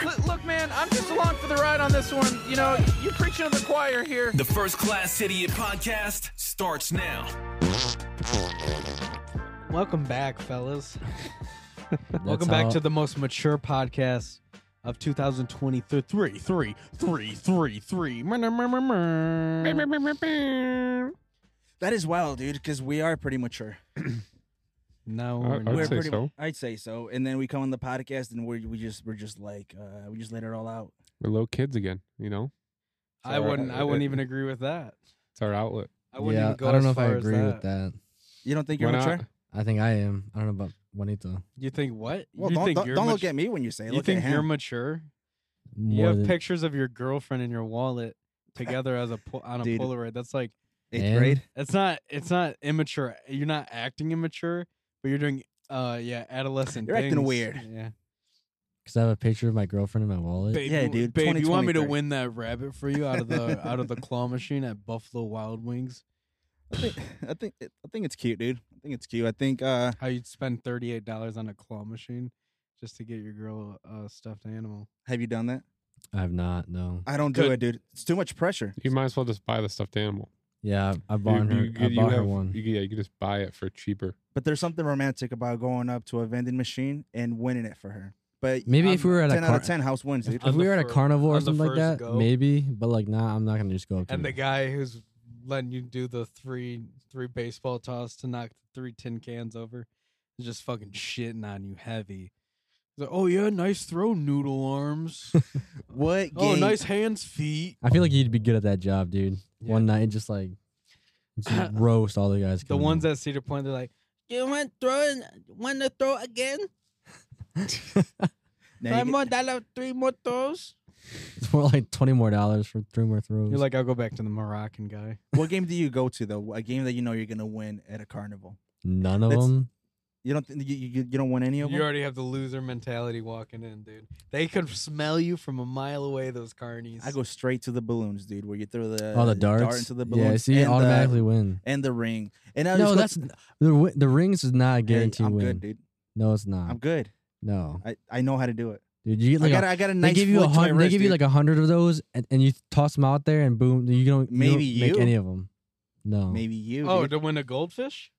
L- look, man, I'm just along for the ride on this one. You know, you preaching to the choir here. The First Class Idiot Podcast starts now. Welcome back, fellas. Welcome back to the most mature podcast of 2023. Three, three, three, three, three. Mur, mur, mur, mur, mur. That is wild, dude, because we are pretty mature. No, I- we're I'd we're not. say pretty, so. I'd say so. And then we come on the podcast and we we just we're just like uh, we just let it all out. We're low kids again, you know? I wouldn't. I wouldn't even agree with that. It's our outlet. I wouldn't yeah, even go I don't as know if I far as agree that. with that. You don't think Why you're not? mature? I think I am. I don't know about Juanito. You think what? Well, you don't think don't, you're don't look mat- at me when you say. it. You look think at you're him. mature? you More have than pictures of your girlfriend in your wallet together as a po- on a Dude. Polaroid. That's like eighth And- grade. it's not. It's not immature. You're not acting immature, but you're doing. Uh, yeah, adolescent. You're acting things. weird. Yeah. because I have a picture of my girlfriend in my wallet. Babe, Yeah, you- dude, Babe, 20, you want me to 23. win that rabbit for you out of the out of the claw machine at Buffalo Wild Wings? I think I think, it, I think it's cute, dude. I think it's cute. I think uh, How you'd spend thirty eight dollars on a claw machine just to get your girl a stuffed animal? have you done that? I have not. No. I don't do Good. it, dude. It's too much pressure. You might as well just buy the stuffed animal. Yeah, I, I You- bought her. you- I you bought her have- one. you- yeah, you can just buy it for cheaper. But there's something romantic about going up to a vending machine and winning it for her. But Maybe if I'm we were at a ten out of car- ten house wins, dude. on if we the were at a fir- carnival or on the something like that, first go. maybe. But like, nah, I'm not gonna just go up to. And her. the guy who's letting you do the three three baseball toss to knock the three tin cans over is just fucking shitting on you heavy. He's like, oh yeah, nice throw, noodle arms. What game? oh, nice hands, feet. I feel like you'd be good at that job, dude. Yeah. One night, just like just roast all the guys. The ones at Cedar Point, they're like, you want throwing, want to throw again? that Now you get- dollar, three more throws. it's more like twenty more dollars for three more throws. You're like, I'll go back to the Moroccan guy. what game do you go to though? A game that you know you're gonna win at a carnival. none of that's- them. You don't think you, you, you don't win any of them. You already have the loser mentality walking in, dude. They could smell you from a mile away. Those carnies. I go straight to the balloons, dude. Where you throw the All Oh, the dart darts. into the balloons. yeah, see, you and the- automatically win. and the ring. And I No, just go- that's the wi- the rings is not a Hey, guaranteed I'm win. good, dude. No, it's not. I'm good. No, I, I know how to do it. dude, you get like I a- got a, I got a nice. they give you a flick to my hundred. They wrist, give you dude. like a hundred of those, and, and you toss them out there, and boom, you don't you Maybe don't make you. any of them. No, maybe you. Oh, Oh, to win a goldfish?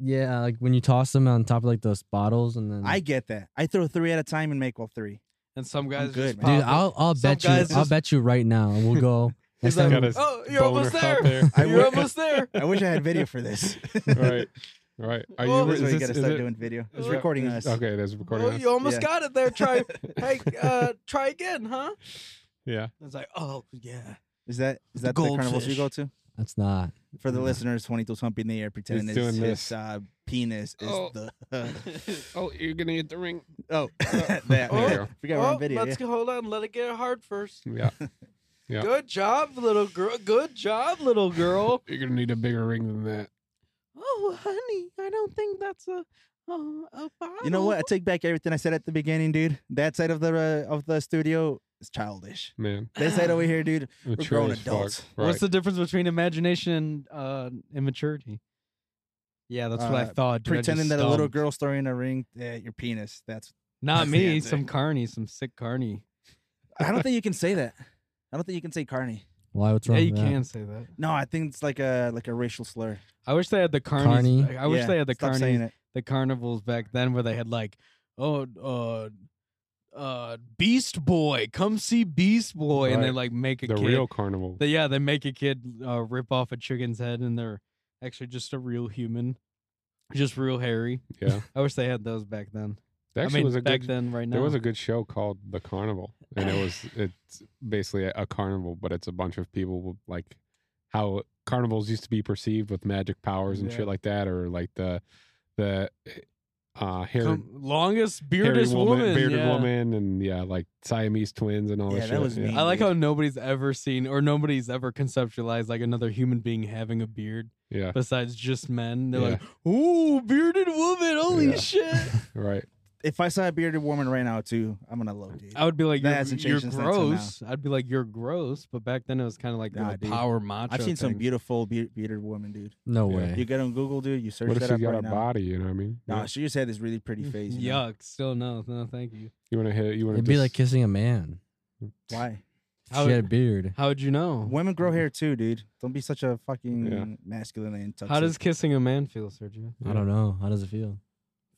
yeah, like when you toss them on top of like those bottles, and then I get that. I throw three at a time and make all three. And some guys good, just man. dude, pop it. I'll I'll Some bet you, guys I'll just- bet you right now, and we'll go. next He's like, time- Got his Oh, you're almost boner out there. I You're would- almost there. I wish I had video for this. All right. All right. Are Well, you That's is why you this- gotta is start it- doing video. It's Well, recording is- us. Okay, there's recording. Oh, us. you almost Yeah. got it there. Try, hey, uh, try again, huh? yeah. It's like, oh yeah. Is that is The that the, carnivals you goldfish. go to? That's not. For the Yeah. listeners, twenty two humping the air, pretending his, doing his this. uh, penis is Oh. the Oh, you're gonna get the ring. oh that Oh. we There forgot we're on video. let's yeah. go, hold on. Let it get hard first. Yeah. Yeah. Good job, little girl. Good job, little girl. You're gonna need a bigger ring than that. oh, honey, I don't think that's a a, a bottle. You know what? I take back everything I said at the beginning, dude. That side of the uh, of the studio is childish. Man. This side over here, dude. Mature grown as fuck. adults. Right. What's the difference between imagination and uh, immaturity? Yeah, that's what I Uh, thought. dude. I just Pretending that a little stumped. girl's throwing a ring at your penis. That's Not That's the me, answer. some carney, some sick carney. I don't think you can say that. I don't think you can say carny. Why? What's Yeah, wrong? you with that? can say that. No, I think it's like a like a racial slur. I wish they had the carnies. Carney. I wish Yeah, they had the stop carnies, saying it. the carnivals back then, where they had like, oh, uh, uh, Beast Boy, come see Beast Boy, and they Right. like make a the kid. real carnival? they- yeah, they make a kid uh, rip off a chicken's head, and they're actually just a real human, just real hairy. yeah. I wish they had those back then. That I actually mean, was a back good then, right now. There was a good show called The Carnival, and it was it's basically a, a carnival, but it's a bunch of people with, like how carnivals used to be perceived with magic powers and Yeah. shit like that, or like the the uh hair, Come- longest hairy bearded woman, woman, bearded yeah. woman, and yeah, like Siamese twins and all Yeah, that that shit. was yeah. mean. I like dude. how nobody's ever seen or nobody's ever conceptualized like another human being having a beard yeah, besides just men. They're like, ooh, bearded woman, holy Yeah. shit. right. if I saw a bearded woman right now too, I'm gonna love dude. I would be like, That you're, hasn't you're changed since that till now. gross. I'd be like, you're gross. But back then it was kind of like Nah, the dude. power macho. I've seen some thing. beautiful be- bearded woman, dude. No Yeah. way. You get on Google, dude. You search What if that she's up got right a now. body? You know what I mean? Nah, she just had this really pretty face. you know? Yuck. Still no. No, thank you. You want to hit? You want to? It'd be like kissing a man. Why? If How she would- had a beard. How would you know? Women grow hair too, dude. Don't be such a fucking Yeah. masculine and toxic. How does kissing a man feel, Sergio? I don't know. How does it feel?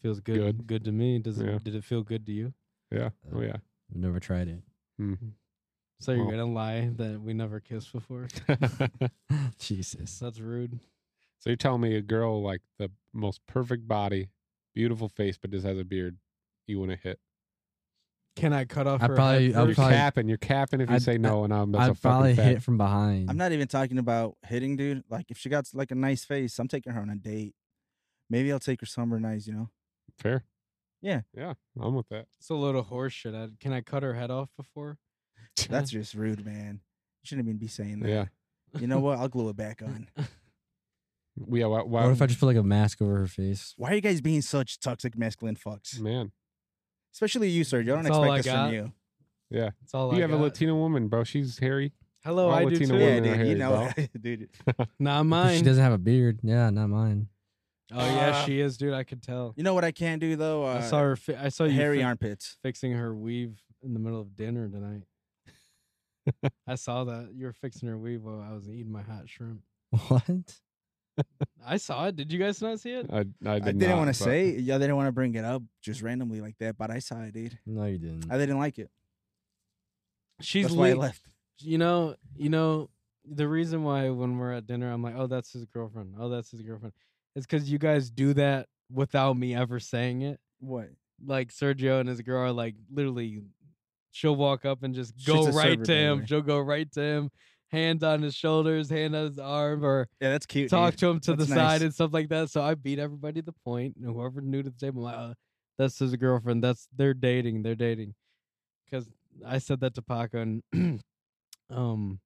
Feels good. Good, Good. to me. Does it? Yeah. Did it feel good to you? yeah, oh yeah. Mm. I've never tried it. So you're Well- gonna lie that we never kissed before? Jesus. That's rude. so you're telling me a girl like the most perfect body, beautiful face, but just has a beard. You want to hit? Can I cut off? I her probably- head I'll you're first? probably- capping. You're capping if you I'd- say no, and I'm that's a I'd probably fucking fat. hit from behind. I'm not even talking about hitting, dude. Like if she got like a nice face, I'm taking her on a date. Maybe I'll take her somewhere nice, you know. Fair. Yeah. Yeah, I'm with that. It's a load of horse shit. I, can I cut her head off before? That's just rude, man. You shouldn't even be saying that. Yeah. You know what? I'll glue it back on. Yeah. uh, Why, why, What if I just put like a mask over her face? Why are you guys being such toxic masculine fucks? man? Especially you, Sergio. I don't That's all expect I this got. from you. Yeah. That's all you I have got. a Latina woman, bro. She's hairy. Hello, all I do Latina too. women Yeah, in her dude. You know, hair, dude. Not But She mine. doesn't have a beard. Yeah, not mine. Oh yeah, Ah. she is, dude. I could tell. You know what I can do though? Uh, I saw her. Fi- I saw you hairy fi- armpits. fixing her weave in the middle of dinner tonight. I saw that you were fixing her weave while I was eating my hot shrimp. What? I saw it. Did you guys not see it? I, I did I didn't not, want to but- say. Yeah, they didn't want to bring it up just randomly like that. But I saw it, dude. No, you didn't. I didn't like it. She's That's why I le- left. you know, you know, the reason why when we're at dinner, I'm like, oh, that's his girlfriend. Oh, that's his girlfriend. It's because you guys do that without me ever saying it. What? Like Sergio and his girl are like literally, she'll walk up and just go She's a right server, to by the him. way. She'll go right to him, hand on his shoulders, hand on his arm, or Yeah, that's cute. talk dude. to him to the That's side nice. and stuff like that. So I beat everybody to the point, and whoever knew to the table, I'm like, "Uh, that's his girlfriend. That's they're dating. They're dating. Because I said that to Paco, and um,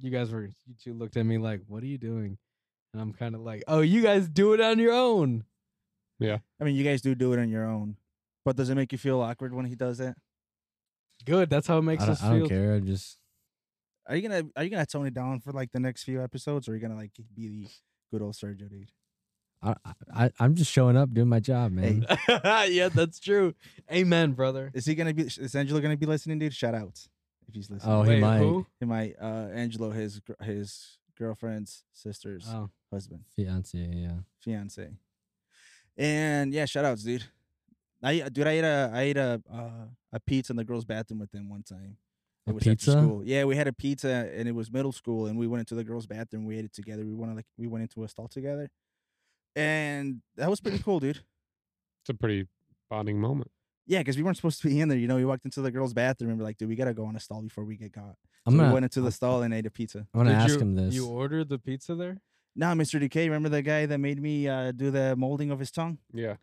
you guys were you two looked at me like, "What are you doing?" And I'm kind of like, "Oh, you guys do it on your own." I mean, you guys do do it on your own, but does it make you feel awkward when he does that? Good. That's how it makes I us don't, I don't feel. care. I just Are you gonna Are you gonna tone it down for like the next few episodes, or are you gonna like be the good old Sergio dude? I, I I'm just showing up doing my job, man. yeah, that's true. Amen, brother. Is he gonna be? Is Angelo gonna be listening, dude? Shout out if he's listening. Oh, he Wait, might. who? He might. Uh, Angelo, his gr- his girlfriend's sister's Oh, husband, Fiance, yeah. fiance, and yeah, shout outs, dude. I dude, I ate a I ate a uh, a pizza in the girls' bathroom with them one time. A It was pizza? after school. Yeah, we had a pizza and it was middle school and we went into the girls' bathroom, we ate it together. We went like we went into a stall together. And that was pretty cool, dude. It's a pretty bonding moment. Yeah, because we weren't supposed to be in there. You know, we walked into the girls' bathroom and we're like, dude, we gotta go on a stall before we get caught. I'm So gonna we went into the I'm- stall and ate a pizza. I'm gonna Did ask you- him this. You ordered the pizza there? Nah, Mr. DK, remember the guy that made me uh, do the molding of his tongue? Yeah.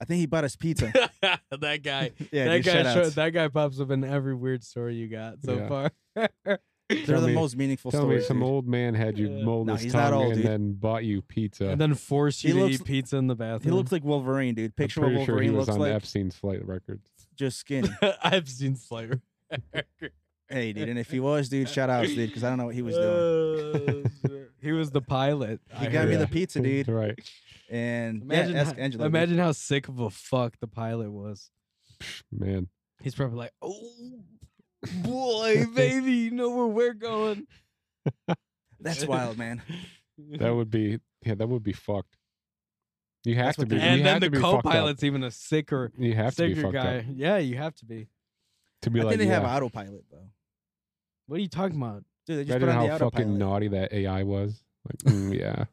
I think he bought us pizza. that guy. yeah, that dude, shout guy show, outs. that guy pops up in every weird story you got so Yeah. far. They're Tell the me- most meaningful Tell stories. me, some dude. old man had you Yeah. mold No, his he's not tongue old, and dude. then bought you pizza. and then force you He to looks- eat pizza in the He bathroom. looks like Wolverine, dude. I'm Picture what pretty sure Wolverine he was looks on like. Epstein's flight records. Just skinny. I've seen Slayer. hey, dude. And if he was, dude, shout out, dude, because I don't know what he was doing. doing. he was the pilot. He I got heard. me yeah. the pizza, That's dude. right. And Imagine, yeah, ask how, Angela. dude. imagine how sick of a fuck the pilot was. Man. He's probably like, "Oh boy, baby, you know where we're going." That's wild, man. That would be yeah, that would be fucked. You have That's to what be. they- you and then have to the be fucked up. co-pilot's even a sicker, You have to be sicker fucked guy. up Yeah, you have to be. to I be think like. they have yeah. autopilot though. What are you talking about? Dude, they just put Imagine on how the fucking autopilot. naughty that AI was. Like, mm, yeah,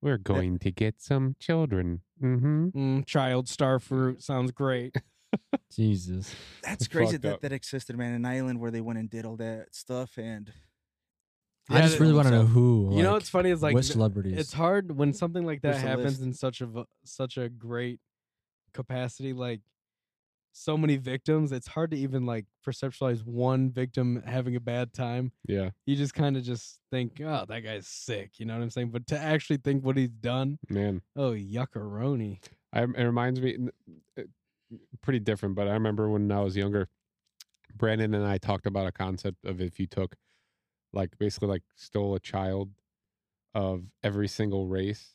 we're going to get some children. Mm-hmm. Mm, child star fruit sounds great. Jesus. That's crazy fucked that up. that existed, man. An island where they went and did all that stuff, and I Yeah, just that- really want to know who. you know like, what's funny is like what th- celebrities. it's hard when something like that There's a happens list. in such a v- such a great capacity like so many victims it's hard to even like perceptualize one victim having a bad time Yeah, you just kind of just think oh that guy's sick you know what i'm saying but to actually think what he's done man. oh yuckaroni I, it reminds me. n- uh, pretty different, but I remember when I was younger, Brandon and I talked about a concept of if you took, like, basically, like, stole a child of every single race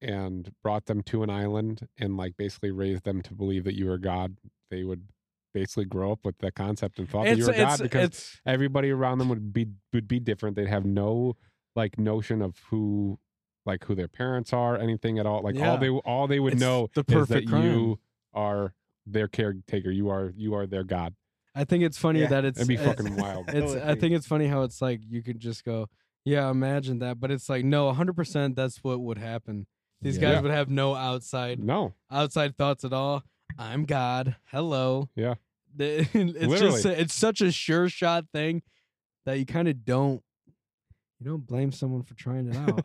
and brought them to an island and, like, basically raised them to believe that you were God, they would basically grow up with that concept and thought that you It's were God it's because it's everybody around them would be would be different. They'd have no like notion of who like who their parents are, anything at all. Like all Yeah. they all they would It's know the is that perfect crime. you are their caretaker. You are you are their god. I think it's funny Yeah. that it's That'd be it- fucking wild. That It's would I be- think it's funny how it's like you could just go, yeah, imagine that, but it's like no, 100% that's what would happen. These Yeah. guys would have no outside No, outside thoughts at all. I'm God. Hello. Yeah. The- It's just Literally. it's such a sure shot thing that you kind of don't you don't blame someone for trying it out.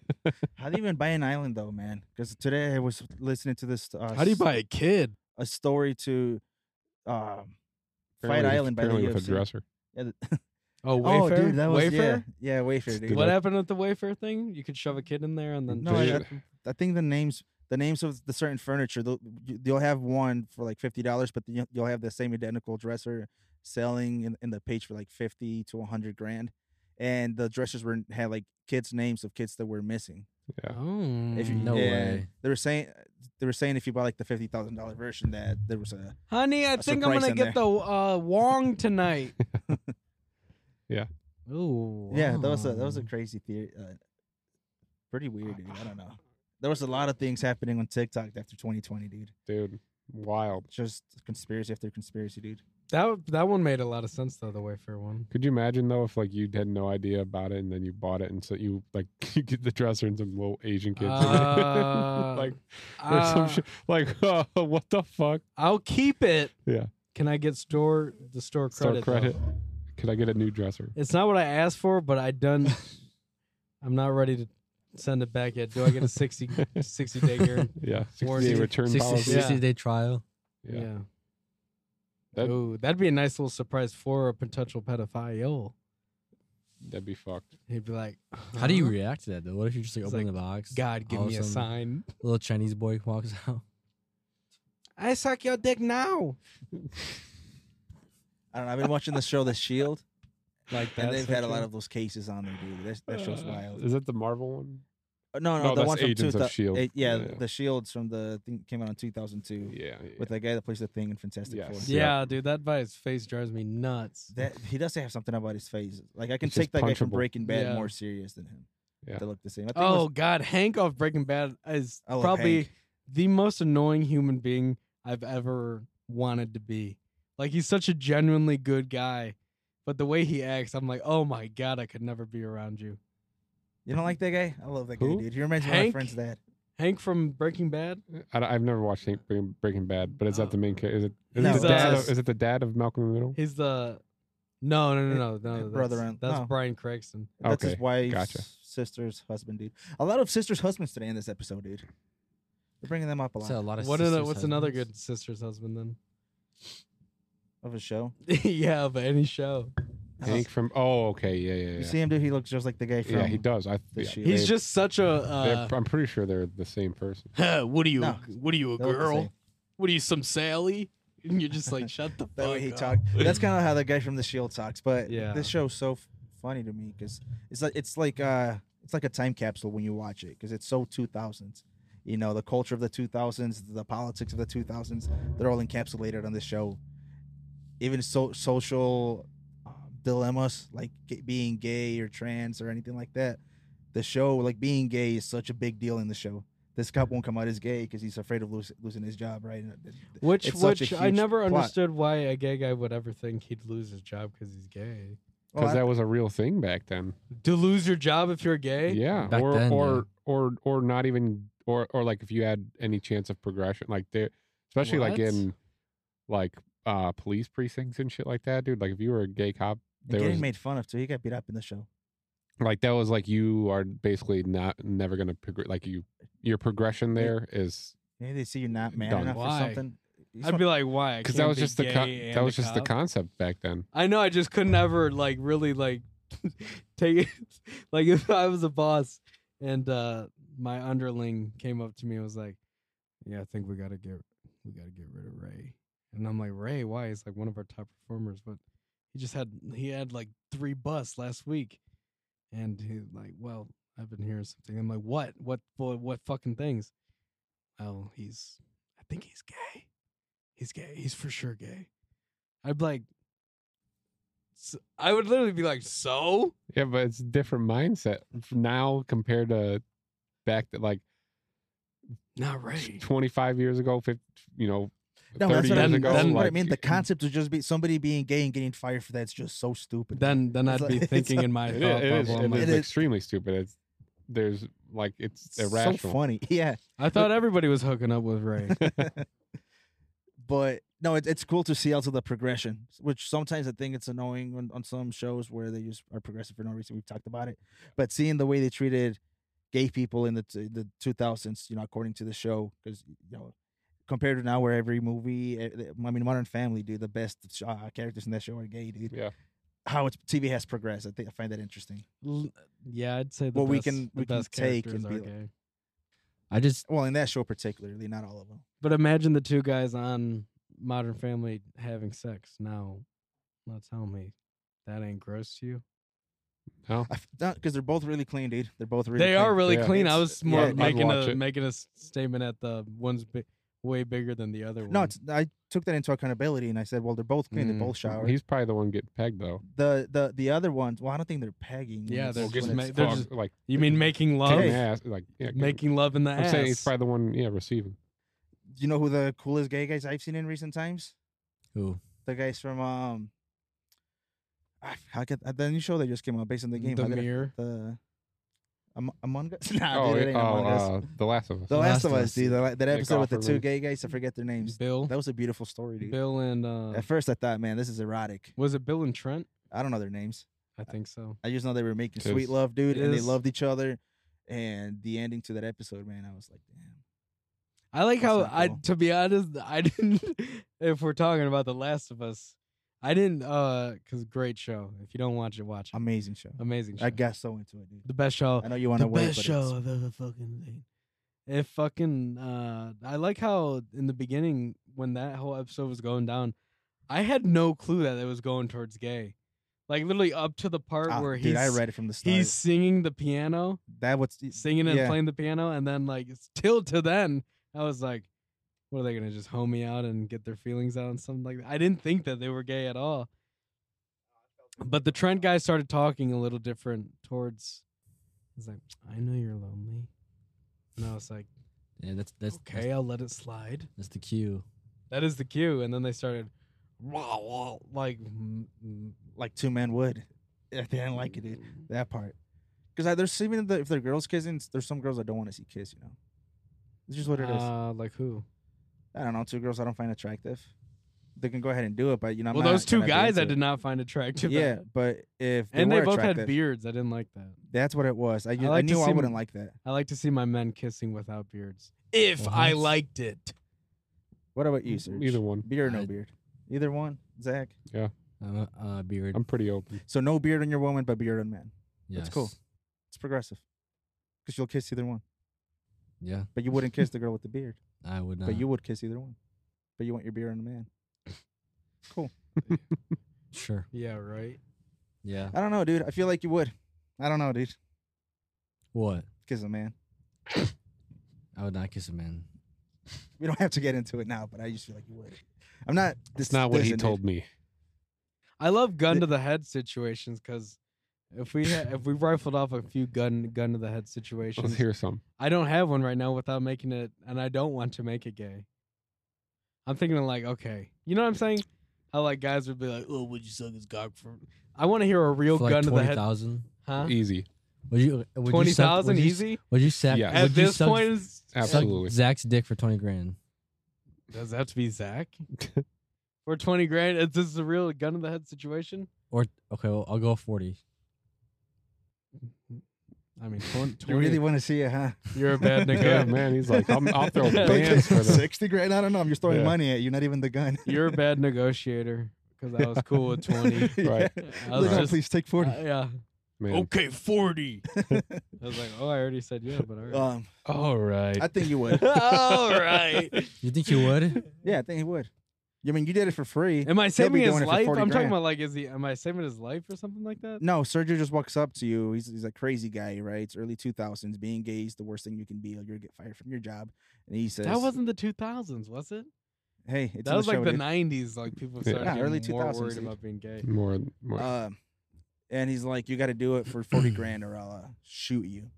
How do you even buy an island though, man? Because today I was listening to this. Uh, how do you s- buy a kid? a story to um, Fight Apparently with- Island by the apparently with UFC? a dresser. Yeah, the- Oh, oh, Wayfair. dude, that was Wayfair? yeah, yeah, Wayfair. Dude. Did What I- happened with the Wayfair thing? You could shove a kid in there and then No, I- just- I think the names the names of the certain furniture they'll, you- you'll have one for like fifty dollars, but you'll you'll have the same identical dresser selling in, in the page for like fifty to hundred grand, and the dressers were had like kids' names of kids that were missing. Yeah. Oh. If you, No yeah, way. They were saying they were saying if you buy like the fifty thousand dollar version that there was a Honey, I a think I'm surprise gonna in get there. the uh, Wong tonight. Yeah. Ooh. yeah that was a that was a wow. crazy theory. Uh, pretty weird, dude. I don't know. There was a lot of things happening on TikTok after 2020, dude. Dude, wild. Just conspiracy after conspiracy, dude. that that one made a lot of sense though. The Wayfair one. Could you imagine though if like you had no idea about it and then you bought it and so you like you get the dresser and some little Asian kids in it? Uh, like or some Uh, shit like what the fuck? I'll keep it. Yeah. Can I get store the store Store credit? though? credit. Could I get a new dresser? It's not what I asked for, but I done. I'm not ready to send it back yet. Do I get a 60, 60 day guarantee? Yeah, sixty Warranty. day return 60, policy. 60 Yeah. day trial. Yeah. That, That- Ooh, that'd be a nice little surprise for a potential pedophile. That'd be fucked. He'd be like, How do you "Huh? react to that though? What if you just like Uh-huh. It's open like, the box? God, give all of me a sudden, sign. Little Chinese boy walks out. I suck your dick now. I don't know. I've been watching the show The Shield, Like that. and they've had a lot of those cases on there, dude. That's, that show's Uh, wild. Is that the Marvel one? Uh, No, no, no, the that's one from Agents two of S.H.I.E.L.D.. eh, yeah, E Yeah. the Shields from the thing came out in 2002 Yeah. yeah. with the guy that plays the thing in Fantastic Yes. Four. Yeah, dude, that by his face drives me nuts. That he does have something about his face. Like I can It's take just that guy from punchable. Breaking Bad Yeah. more serious than him. Yeah. They look the same. I think it was- Oh God, Hank off Breaking Bad is I love probably Hank. the most annoying human being I've ever wanted to be. Like he's such a genuinely good guy, but the way he acts, I'm like, oh my God, I could never be around you. you don't like that guy? I love that guy, Who? dude. He reminds me of my Hank? friend's dad. Hank from Breaking Bad. I, have never watched Hank Breaking- Breaking Bad, but is Oh. that the main character? Is it? Is, No, uh, it the dad it's- of, is it the dad of Malcolm in the Middle? He's the no, no, Eh, no, no, eh, no. brother That's, and- that's no. Brian Cranston. That's his Okay, wife's gotcha. sister's husband, dude. A lot of sisters' husbands today in this episode, dude. They're bringing them up a lot So a lot of What another? sisters' What's another husbands. good sister's husband then? of a show. yeah, but any show. I don't- Hank from? Oh, okay. Yeah, yeah, You yeah. see him, dude. He looks just like the guy from. yeah, he does. I. The yeah, Shield. He's they- just such a. they're- Uh, I'm pretty sure they're the same person. "Huh, what are you? No, what are you, a they look the girl? same. What are you, some Sally? And you're just like, shut the That fuck way he up. talked. That's kind of how the guy from the Shield talks. But Yeah. this show's so f- funny to me because it's like it's like uh it's like a time capsule when you watch it because it's so 2000s. You know the culture of the 2000s, the politics of the 2000s. They're all encapsulated on this show. Even so social uh, dilemmas like g- being gay or trans or anything like that. The show like being gay is such a big deal in the show. This cop won't come out as gay because he's afraid of lose, losing his job, right? And th- th- Which, It's such a which I huge never plot. understood why a gay guy would ever think he'd lose his job because he's gay. well, Because Oh, I- that was a real thing back then. To lose your job if you're gay? Yeah, Back or then, yeah. or or or not even or or like if you had any chance of progression, like there, especially like What? in like uh police precincts and shit like that, dude. Like if you were a gay cop, And there getting was made fun of too. He got beat up in the show. like that was like you are basically not never gonna progress. Like you, your progression Yeah. there is Maybe they see you're not man Done. enough Why? or something. You just I'd be like, why? I because that can't was be just the gay con- and that a was just the cop? concept back then. I know. I just couldn't ever like really like take it. Like if I was a boss and uh my underling came up to me and was like, "Yeah, I think we gotta get we gotta get rid of Ray." And I'm like, Ray, why? He's like one of our top performers, but he just had he had like three busts last week. And he's like, Well, I've been hearing something. I'm like, What? What what, what fucking things? Well, he's I think he's gay. He's gay. He's for sure gay. I'd be like S I I would literally be like, so? Yeah, but it's a different mindset f- now compared to back to like Not Ray. 25 years ago, 50, you know, No, that's 30 what, years I, mean. ago. that's then- what I like, mean. The concept of just be somebody being gay and getting fired for that's just so stupid. Then then I'd It's be like- thinking it's in my it thought is, it is, bubble. I'm it like, is It is- extremely stupid. It's there's like it's It's so irrational. funny. Yeah. I thought everybody was hooking up with Ray. but no, it, it's cool to see also the progression, which sometimes I think it's annoying on, on some shows where they just are progressive for no reason. We've talked about it, but seeing the way they treated gay people in the t- the two thousands, you know, according to the show, because you know, compared to now, where every movie, eh, eh, I mean, Modern Family, dude, the best sh- uh, characters in that show are gay, dude. Yeah. How it's TV has progressed, I think I find that interesting. L- yeah, I'd say the Well, best, we can- the we can best take characters and be are like- gay. I just Well, in that show particularly, not all of them. But imagine the two guys on Modern Family having sex. Now, now tell me that ain't gross to you. Oh. Because they're both really clean, dude. They're both really. they clean. are really Yeah. clean. I It's- was yeah, more I'd making watch a it. making a s- statement at the one's big, way bigger than the other one. No, it's, I took that into accountability and I said, well, they're both clean. Mm. They both shower. He's probably the one getting pegged though. the the the other ones. Well, I don't think they're pegging. when Yeah, it's- they're Well, when getting just ma- it's- they're fucked, just like you mean making love, getting Hey. ass, like yeah, getting- making love in the I'm ass. saying he's probably the one yeah receiving. You know who the coolest gay guys I've seen in recent times? who The guys from um, I, I get uh, the new show that just came out based on the game. Mm, the I get it, mirror. the Am- Among Us. Nah, oh, dude, it yeah, ain't oh, Among Us. uh, the Last of Us. The Last of Us, dude. The, that episode with the Offerman. two gay guys. I forget their names. Bill, That was a beautiful story, dude. Bill and uh, At first, I thought, man, this is erotic. was it Bill and Trent? I don't know their names. I think so. I just know they were making It sweet is- love, dude, it and they is- loved each other. And the ending to that episode, man, I was like, damn. I like That's how not I cool. to be honest, I didn't if we're talking about The Last of Us, I didn't uh cuz great show. If you don't watch it, watch it. Amazing show. Amazing show. I got so into it, dude. the best show. I know you want to the wait, best but show it's, I've ever fucking seen. It fucking uh I like how in the beginning when that whole episode was going down, I had no clue that it was going towards gay. Like literally up to the part Ah, where dude, he's I read it from the start. he's singing the piano that was singing and yeah. playing the piano, and then like it's till to then, I was like, "What are they gonna just home me out and get their feelings out and something like that?" I didn't think that they were gay at all. But the Trent guy started talking a little different towards. He's like, "I know you're lonely," and I was like, yeah that's that's "Okay, that's, I'll let it slide." that's the cue. That is the cue, and then they started, wow, wow, like, mm, mm, like two men would. I didn't like it, dude. That part. Because there's even the, if they're girls kissing, there's some girls I don't want to see kiss. You know, it's just what it is. uh, like who? I don't know. Two girls I don't find attractive. They can go ahead and do it, but you know. I'm well, not those two gonna be guys I into did it. not find attractive. Yeah, but if they and they were both attractive, had beards. I didn't like that. That's what it was. I, I, like to knew see I 'em- wouldn't like that. I like to see my men kissing without beards. If I What? liked it. What about you, sir? Either one. Beard or no I- beard? Either one, Zach. I'm a uh, beard. Um, I'm pretty open. So no beard on your woman, but beard on man. that's cool. Yes. It's progressive. Because you'll kiss either one. Yeah, But you wouldn't kiss the girl with the beard. I would not. But you would kiss either one. But you want your beard on the man. sure? Yeah, right. Yeah. I don't know, dude. I feel like you would. I don't know, dude. What? Kiss a man. I would not kiss a man. We don't have to get into it now, but I just feel like you would. I'm not. It's not what he told me. I love gun Th- to the head situations because if we ha- if we rifled off a few gun gun to the head Let's situations, hear some. I don't have one right now without making it, and I don't want to make it gay. I'm thinking like, okay, you know what I'm saying? How like guys would be like, oh, would you suck his cock for? I want to hear a real For like gun to the head, thousand. huh? Easy. Would you? Would Twenty you suck- thousand would you- easy Would you sack? Yeah. would at you this suck- point. it's- suck Absolutely. Zach's dick for twenty grand. Does that have to be Zach? For twenty grand, is this a real gun to the head situation? Or okay, well, I'll go forty. I mean, 20, You really want to see it, huh? are a bad nigga. Yeah, man. He's like, I'm, I'll throw Yeah. bands for the Sixty grand? I don't know. I'm just throwing Yeah. money at you, not even the gun. You're a bad negotiator because I was cool with 20. Right. Yeah. I was Look, oh, just- please take forty. Uh, yeah. man. Okay, 40. I was like, oh, I already said yeah, but all right. um, All right. I think you would. all right. You think you would? Yeah, I think he would. I mean, you did it for free. Am I saving be his doing it for life? I'm 40 talking grand. about like, is he? Am I saving his life or something like that? No, Sergio just walks up to you. He's, he's a crazy guy, right? It's early 2000s. Being gay is the worst thing you can be. You're going to get fired from your job. And he says, That wasn't the 2000s, was it? Hey, it's in that was like show, the dude. 90s. Like people started Yeah, getting early more 2000s, worried dude. about being gay. More, more. Um, and he's like, you got to do it for 40 grand or I'll uh, shoot you.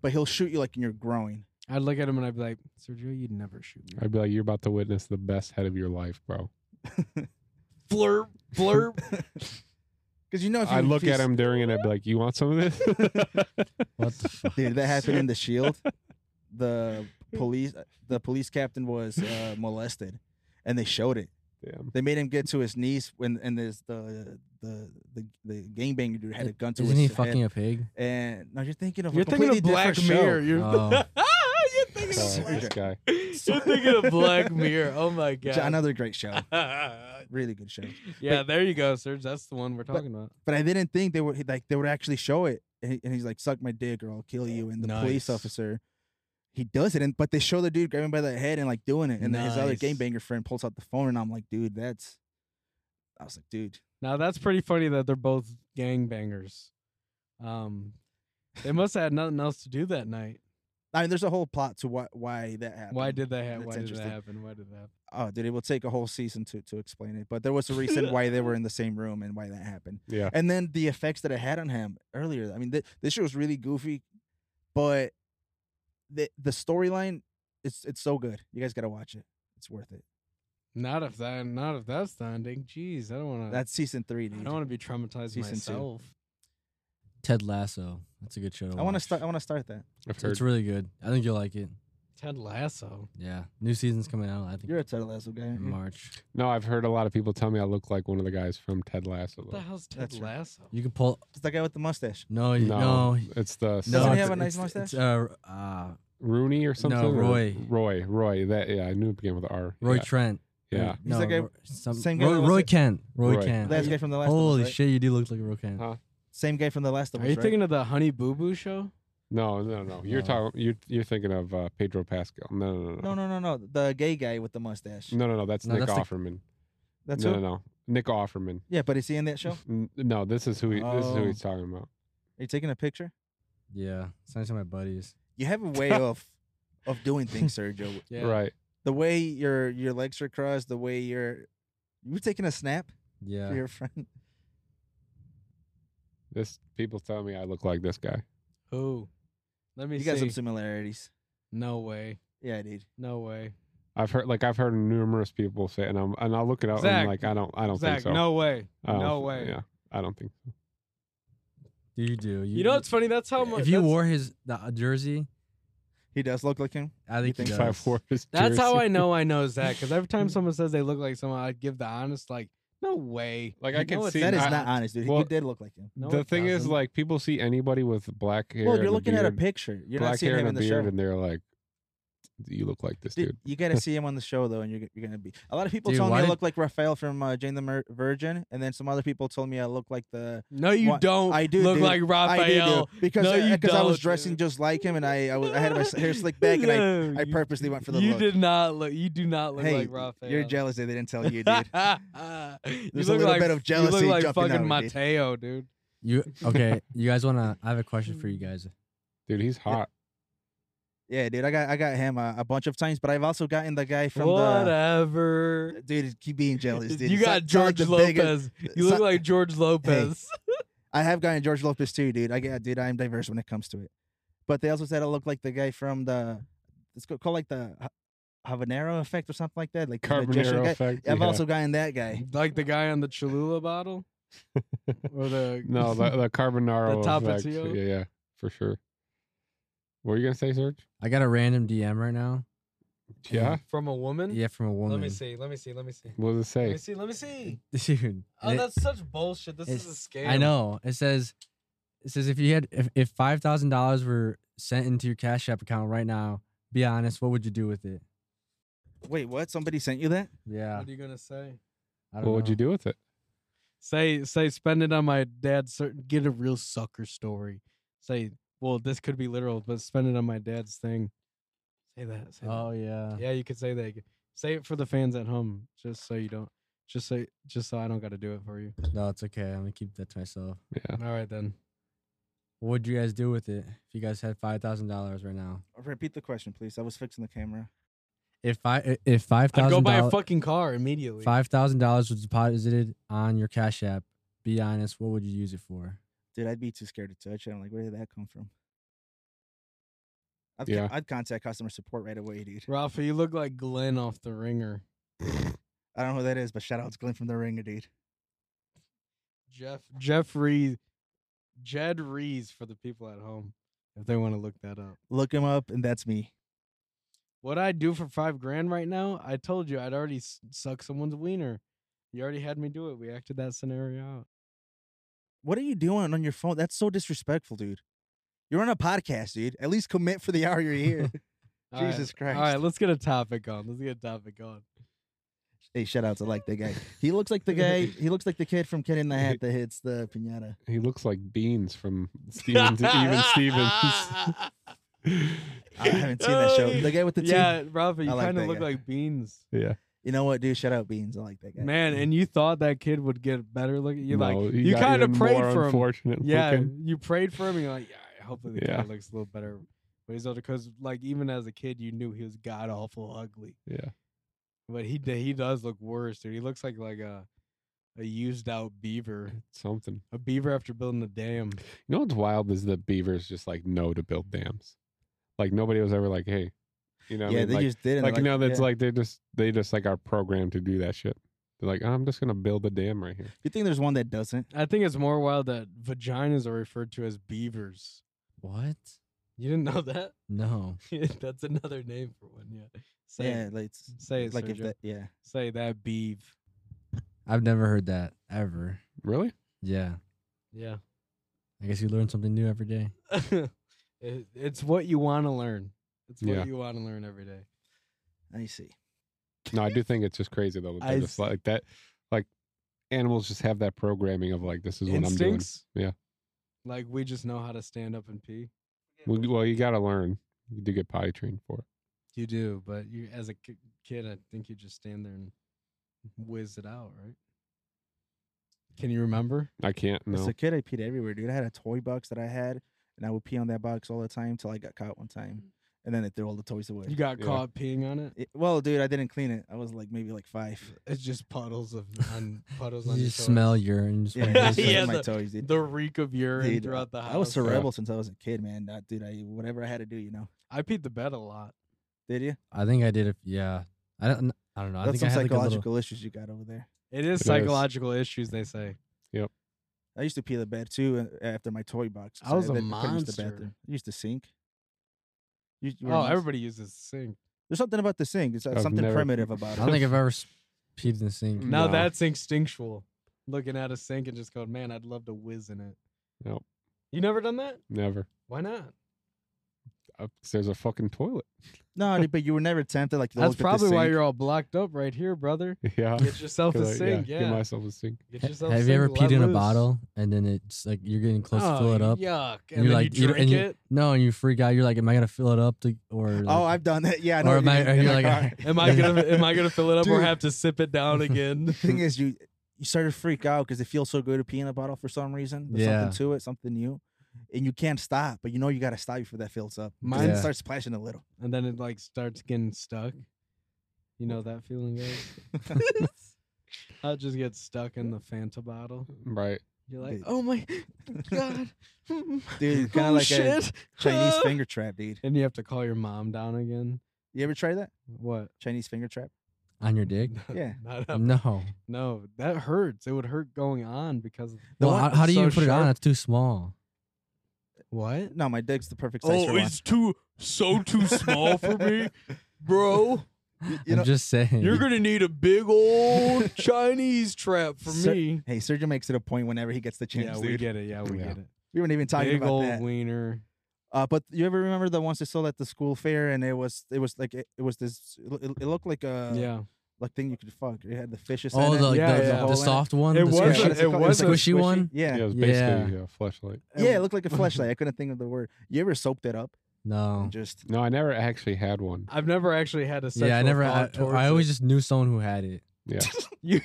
But he'll shoot you like in your groin. I'd look at him and I'd be like, Sergio, you'd never shoot me. I'd be like, you're about to witness the best head of your life, bro. Blurb, blurb. Because you know, if you I'd look if you at s- him during it. I'd be like, you want some of this? What the fuck? dude, that happened in the Shield. The police, the police captain was uh, molested, and they showed it. Damn. They made him get to his knees when and this the the the the gangbanger dude had a gun to Isn't his he head. fucking a pig? And no, you're thinking of You're a thinking completely of Black different Mirror. show. You're, Oh. you're Oh, thinking of this Black. guy. You're thinking of Black Mirror. Oh my god. J- Another great show, yeah, really good show. there you go, Serge. That's the one we're talking about. But I didn't think they would like they would actually show it. And, he- and he's like, "Suck my dick, or I'll kill you." And the Eh, Nice. police officer, he does it. And but they show the dude grabbing by the head and like doing it. And then his other Nice. gangbanger friend pulls out the phone, and I'm like, "Dude, that's." I was like, "Dude, Now that's pretty funny that they're both gangbangers. Um, they must have had nothing else to do that night. I mean, there's a whole plot to why why that happened. Why did that happen? That's Why did that interesting. happen? Why did that happen? Oh, dude, it will take a whole season to to explain it. But there was a reason why they were in the same room and why that happened. Yeah. And then the effects that it had on him earlier. I mean, th- this show was really goofy, but the the storyline it's it's so good. You guys got to watch it. It's worth it. Not if that. Not if that's the ending. Jeez, I don't want to. That's season three, Uh, I dude. don't want to be traumatized Season two. myself. Ted Lasso. That's a good show. To I want to watch. start. I want to start that. I've It's heard. really good. I think you'll like it. Ted Lasso. Yeah, new season's coming out. I think You're a Ted Lasso guy. aren't in you? March. No, I've heard a lot of people tell me I look like one of the guys from Ted Lasso. What the hell's Ted That's right. Lasso? You can pull. It's the guy with the mustache. No, you, No, no, it's the no. Doesn't he it's- have a nice it's- it's, mustache? uh, uh, Rooney or something. or- Roy. Roy. Roy. That yeah, I knew it began with a R. Roy Yeah. Trent. Roy- yeah. He's no, that guy- Roy- some, same guy Roy, that was Roy in- Kent. Roy, Roy. Kent. Last guy from the last. of Us, Holy right? shit, you do look like Roy Kent. Huh? Same guy from the last of Are us. you right? thinking of the Honey Boo Boo show? No, no, no. You're No. talking. You're you're thinking of uh, Pedro Pascal. No, no, no, No, no, no, no. The gay guy with the mustache. no, no, no. That's No, Nick that's the- Offerman. That's Mm, no, who. no, no. Nick Offerman. Yeah, but is he in that show? Are N- No, this is who he, this is who Oh. he's talking about. you taking a picture? Yeah, it's nice to my buddies. you have a way of of doing things, Sergio. Yeah. Right. The way your your legs are crossed, the way you're you were taking a snap Yeah, for your friend. This people tell me I look like this guy. Who? Let me You see. got some similarities. no way. Yeah, dude. No way. I've heard like I've heard numerous people say, and I'm and I'll look it up. and Zach, I'm like I don't I don't Zach, think so. no way. I don't No th- way. Oh, Yeah, I don't think. do you do? You, You know what's funny? That's how much. If you that's- wore his the uh, jersey, He does look like him. I think, he think so. does. Five four is That's how jersey. I know I know Zach. Because every time someone says they look like someone, I give the honest like, no way. Like, I can know it's see- That is I- not honest, dude. He well, you did look like him. No, the it thing is, doesn't. like, people see anybody with black hair. Well, and you're a looking at a beard- picture. You're black not seeing hair him in and a the beard, show. and they're like, "You look like this Dude, dude." you gotta see him on the show though, and you're, g- you're gonna be. A lot of people Dude, told me why I did- look like Raphael from uh, Jane the Mer- Virgin, and then some other people told me I look like the. no, you what- Oh, don't. I do, look dude. like Raphael. I do, dude, because No, I, you because I was don't, dressing dude. just like him, and I I, was, I had my s- hair slicked back, and I No, I you- purposely went for the You look. did not look. You do not look like Raphael. You're jealous that they didn't tell you, you dude. There's a look little like, bit of You jealousy look like jumping out fucking of it, dude. Mateo, dude. You okay? You guys wanna? I have a question for you guys. Dude, he's hot. yeah, dude, I got I got him a, a bunch of times, but I've also gotten the guy from Whatever. the dude. Keep being jealous, dude. You It's got not- it's not like George the biggest- Lopez. You look so- like George Lopez. I have gotten George Lopez too, dude. I get, dude. I am diverse when it comes to it. But they also said I look like the guy from the it's ca- called like the Ha- habanero effect or something like that, like the magician Carbonero guy. effect. I've yeah. also gotten that guy. like the guy on the Cholula bottle, or the no the, the carbonaro The effect. Tapatio? Yeah, yeah, for sure. What were you gonna say, Serge? I got a random DM right now. Yeah. from a woman. Yeah, from a woman. Let me see. Let me see. Let me see. What does it Let say? me see. Let me see. dude. Oh, it- that's such bullshit. This is a it's- scam. I know. It says, it says if you had if, if five thousand dollars were sent into your Cash App account right now, be honest, what would you do with it? Wait, what? Somebody sent you that? Yeah. What are you gonna say? I What don't would you know. do with it? Say say spend it on my dad's. sur- Get a real sucker story. Say well, this could be literal, but spend it on my dad's thing. Say that. Say that. Oh yeah. Yeah, you could say that. Say it for the fans at home, just so you don't. Just say, just so I don't got to do it for you. No, it's okay. I'm gonna keep that to myself. Yeah. All right then. What would you guys do with it if you guys had five thousand dollars right now? Repeat the question, please. I was fixing the camera. If I if five I'd go thousand buy a dollars fucking car immediately. five thousand dollars was deposited on your Cash App, be honest, what would you use it for? Dude, I'd be too scared to touch it. I'm like, where did that come from? I'd, yeah. Yeah. I'd contact customer support right away, dude. Rafa, you look like Glenn off The Ringer. I don't know who that is, but shout out to Glenn from the Ringer, dude. Jeff Jeff Rees, Jed Rees for the people at home if they want to look that up. Look him up, and that's me. What I do for five grand right now? I told you I'd already s- suck someone's wiener. You already had me do it. We acted that scenario out. What are you doing on your phone? That's so disrespectful, dude. You're on a podcast, dude. At least commit for the hour you're here. All right, Jesus All right, Christ. let's get a topic on. Let's get a topic on. hey, shout out to like the guy. He looks like the guy. He looks like the kid from Kid in the Hat that hits the pinata. He looks like Beans from Steven to Even Stevens. I haven't seen that show. Oh, The guy with the teeth. yeah, Rafa, you I like kind of that look guy. like beans. yeah. You know what, dude? Shout out Beans. I like that guy. Man, and you thought that kid would get better looking. You like No, he you got kind of even prayed more for him. unfortunate Yeah, looking. you prayed for him. And you're like, yeah, hopefully the Yeah. guy looks a little better when he's older. Because like even as a kid, you knew he was god awful ugly. Yeah. But he d- he does look worse, dude. He looks like like a a used out beaver, Something. a beaver after building a dam. You know what's wild is that beavers just like know to build dams. Like nobody was ever like, hey, you know, what I yeah, mean? they like, just did. and like, they're you know, that's yeah. like they just they just like are programmed to do that shit. They're like, I'm just gonna build a dam right here. You think there's one that doesn't? I think it's more wild that vaginas are referred to as beavers. What? You didn't know that? No. That's another name for one. Yeah. Say it. yeah, like it's, Say it, like if Sergio. that. Yeah, Say that beeve. I've never heard that ever. Really? Yeah. Yeah. I guess you learn something new every day. it, it's what you want to learn. It's what Yeah. you want to learn every day. I see. No, I do think it's just crazy though. that I They're just see. like that like animals just have that programming of like this is what I'm doing. Instincts. Yeah. Like we just know how to stand up and pee. Well, you- well, you gotta learn. You do get potty trained for it. You do, but you as a ki- kid, I think you just stand there and whiz it out, right? Can you remember? I can't As no. a kid, I peed everywhere, dude. I had a toy box that I had, and I would pee on that box all the time till I got caught one time, and then they threw all the toys away. You got Yeah. caught peeing on it. It- well, dude, I didn't clean it. I was like maybe like five. It's just puddles of on puddles You on your just smell toes. urine. Just Yeah, wanna that's go just Yeah, to- my the- toys, dude. the reek of urine Dude, throughout the house. I was a Yeah. rebel since I was a kid, man. Not, dude, I whatever I had to do, you know. I peed the bed a lot. Did you? I think I did it. Yeah. I don't. I don't know. I That's think I some had like a little- psychological issues you got over there. It is It is. psychological issues, they say. I used to pee the bed too uh, after my toy box. 'cause I was a then couldn't use the monster. bathroom. I used to sink. You, you were a Oh, monster? everybody uses sink. There's something about the sink. It's uh, I've something never- primitive about I it. don't think I've ever s- peed in the sink. Mm. Now No. that's instinctual. Looking at a sink and just going, man, I'd love to whiz in it. Nope. You never done that? Never. Why not? Uh, 'cause there's a fucking toilet. No, dude, but you were never tempted. Like to That's look at the probably why sink. you're all blocked up right here, brother. Yeah. Get yourself a 'Cause I- sink, yeah. Give myself a sink. Get Ha- yourself a Have you ever sink, peed let in a loose. bottle and then it's like you're getting close to fill Oh, it up? Yuck. And you're And then like, you you- and drink you- it. No, and you freak out. You're like, am I gonna fill it up to or? Like, Oh, I've done that. Yeah, I know. Or am what you I- mean, are in you the like a- car. Am I gonna am I gonna fill it up or Dude. have to sip it down again? thing is, you you start to freak out because it feels so good to pee in a bottle for some reason. There's Yeah. something to it, something new, and you can't stop. But you know you got to stop before that fills up. 'cause Mine- then it Yeah. starts splashing a little. and then it like starts getting stuck. You know that feeling, guys? I just get stuck in the Fanta bottle. Right. You're like, Dude. oh my god, Dude, kinda oh, like a shit. Chinese Ah." finger trap, dude. And you have to call your mom down again. You ever try that? What? Chinese finger trap? on your dick? Yeah. Not up- No. no, that hurts. It would hurt going on because of The Well, one how, how do that's you so even put it on? sharp. That's too small. what? No, my dick's the perfect size. for one. Oh, too so too small for me, bro. you know- I'm just saying. gonna need a big old Chinese trap Sir- Hey, Sergio makes it a point whenever he gets the chance. dude. Yeah, we get it. Yeah, we Yeah. get it. We weren't even talking big about old that. wiener. Uh, but you ever remember the ones they sold at the school fair, and it was it was like it, it was this. It, loo- it looked like a yeah, like thing you could fuck. It had the fishes. Oh, in the, it. Yeah, the, yeah. the, hole the in soft one. It the Yeah, wasn't- squishy- what is it called? wasn't- like a Squishy one? Yeah. Yeah, it was Yeah. basically a flashlight. Oh. Yeah, it looked like a flashlight. I couldn't think of the word. You ever soaked it up? Oh. No. Just No, I never actually had one. I've never actually had a sexual Yeah, I never. I, thought towards I it. always just knew someone who had it. Yeah. you,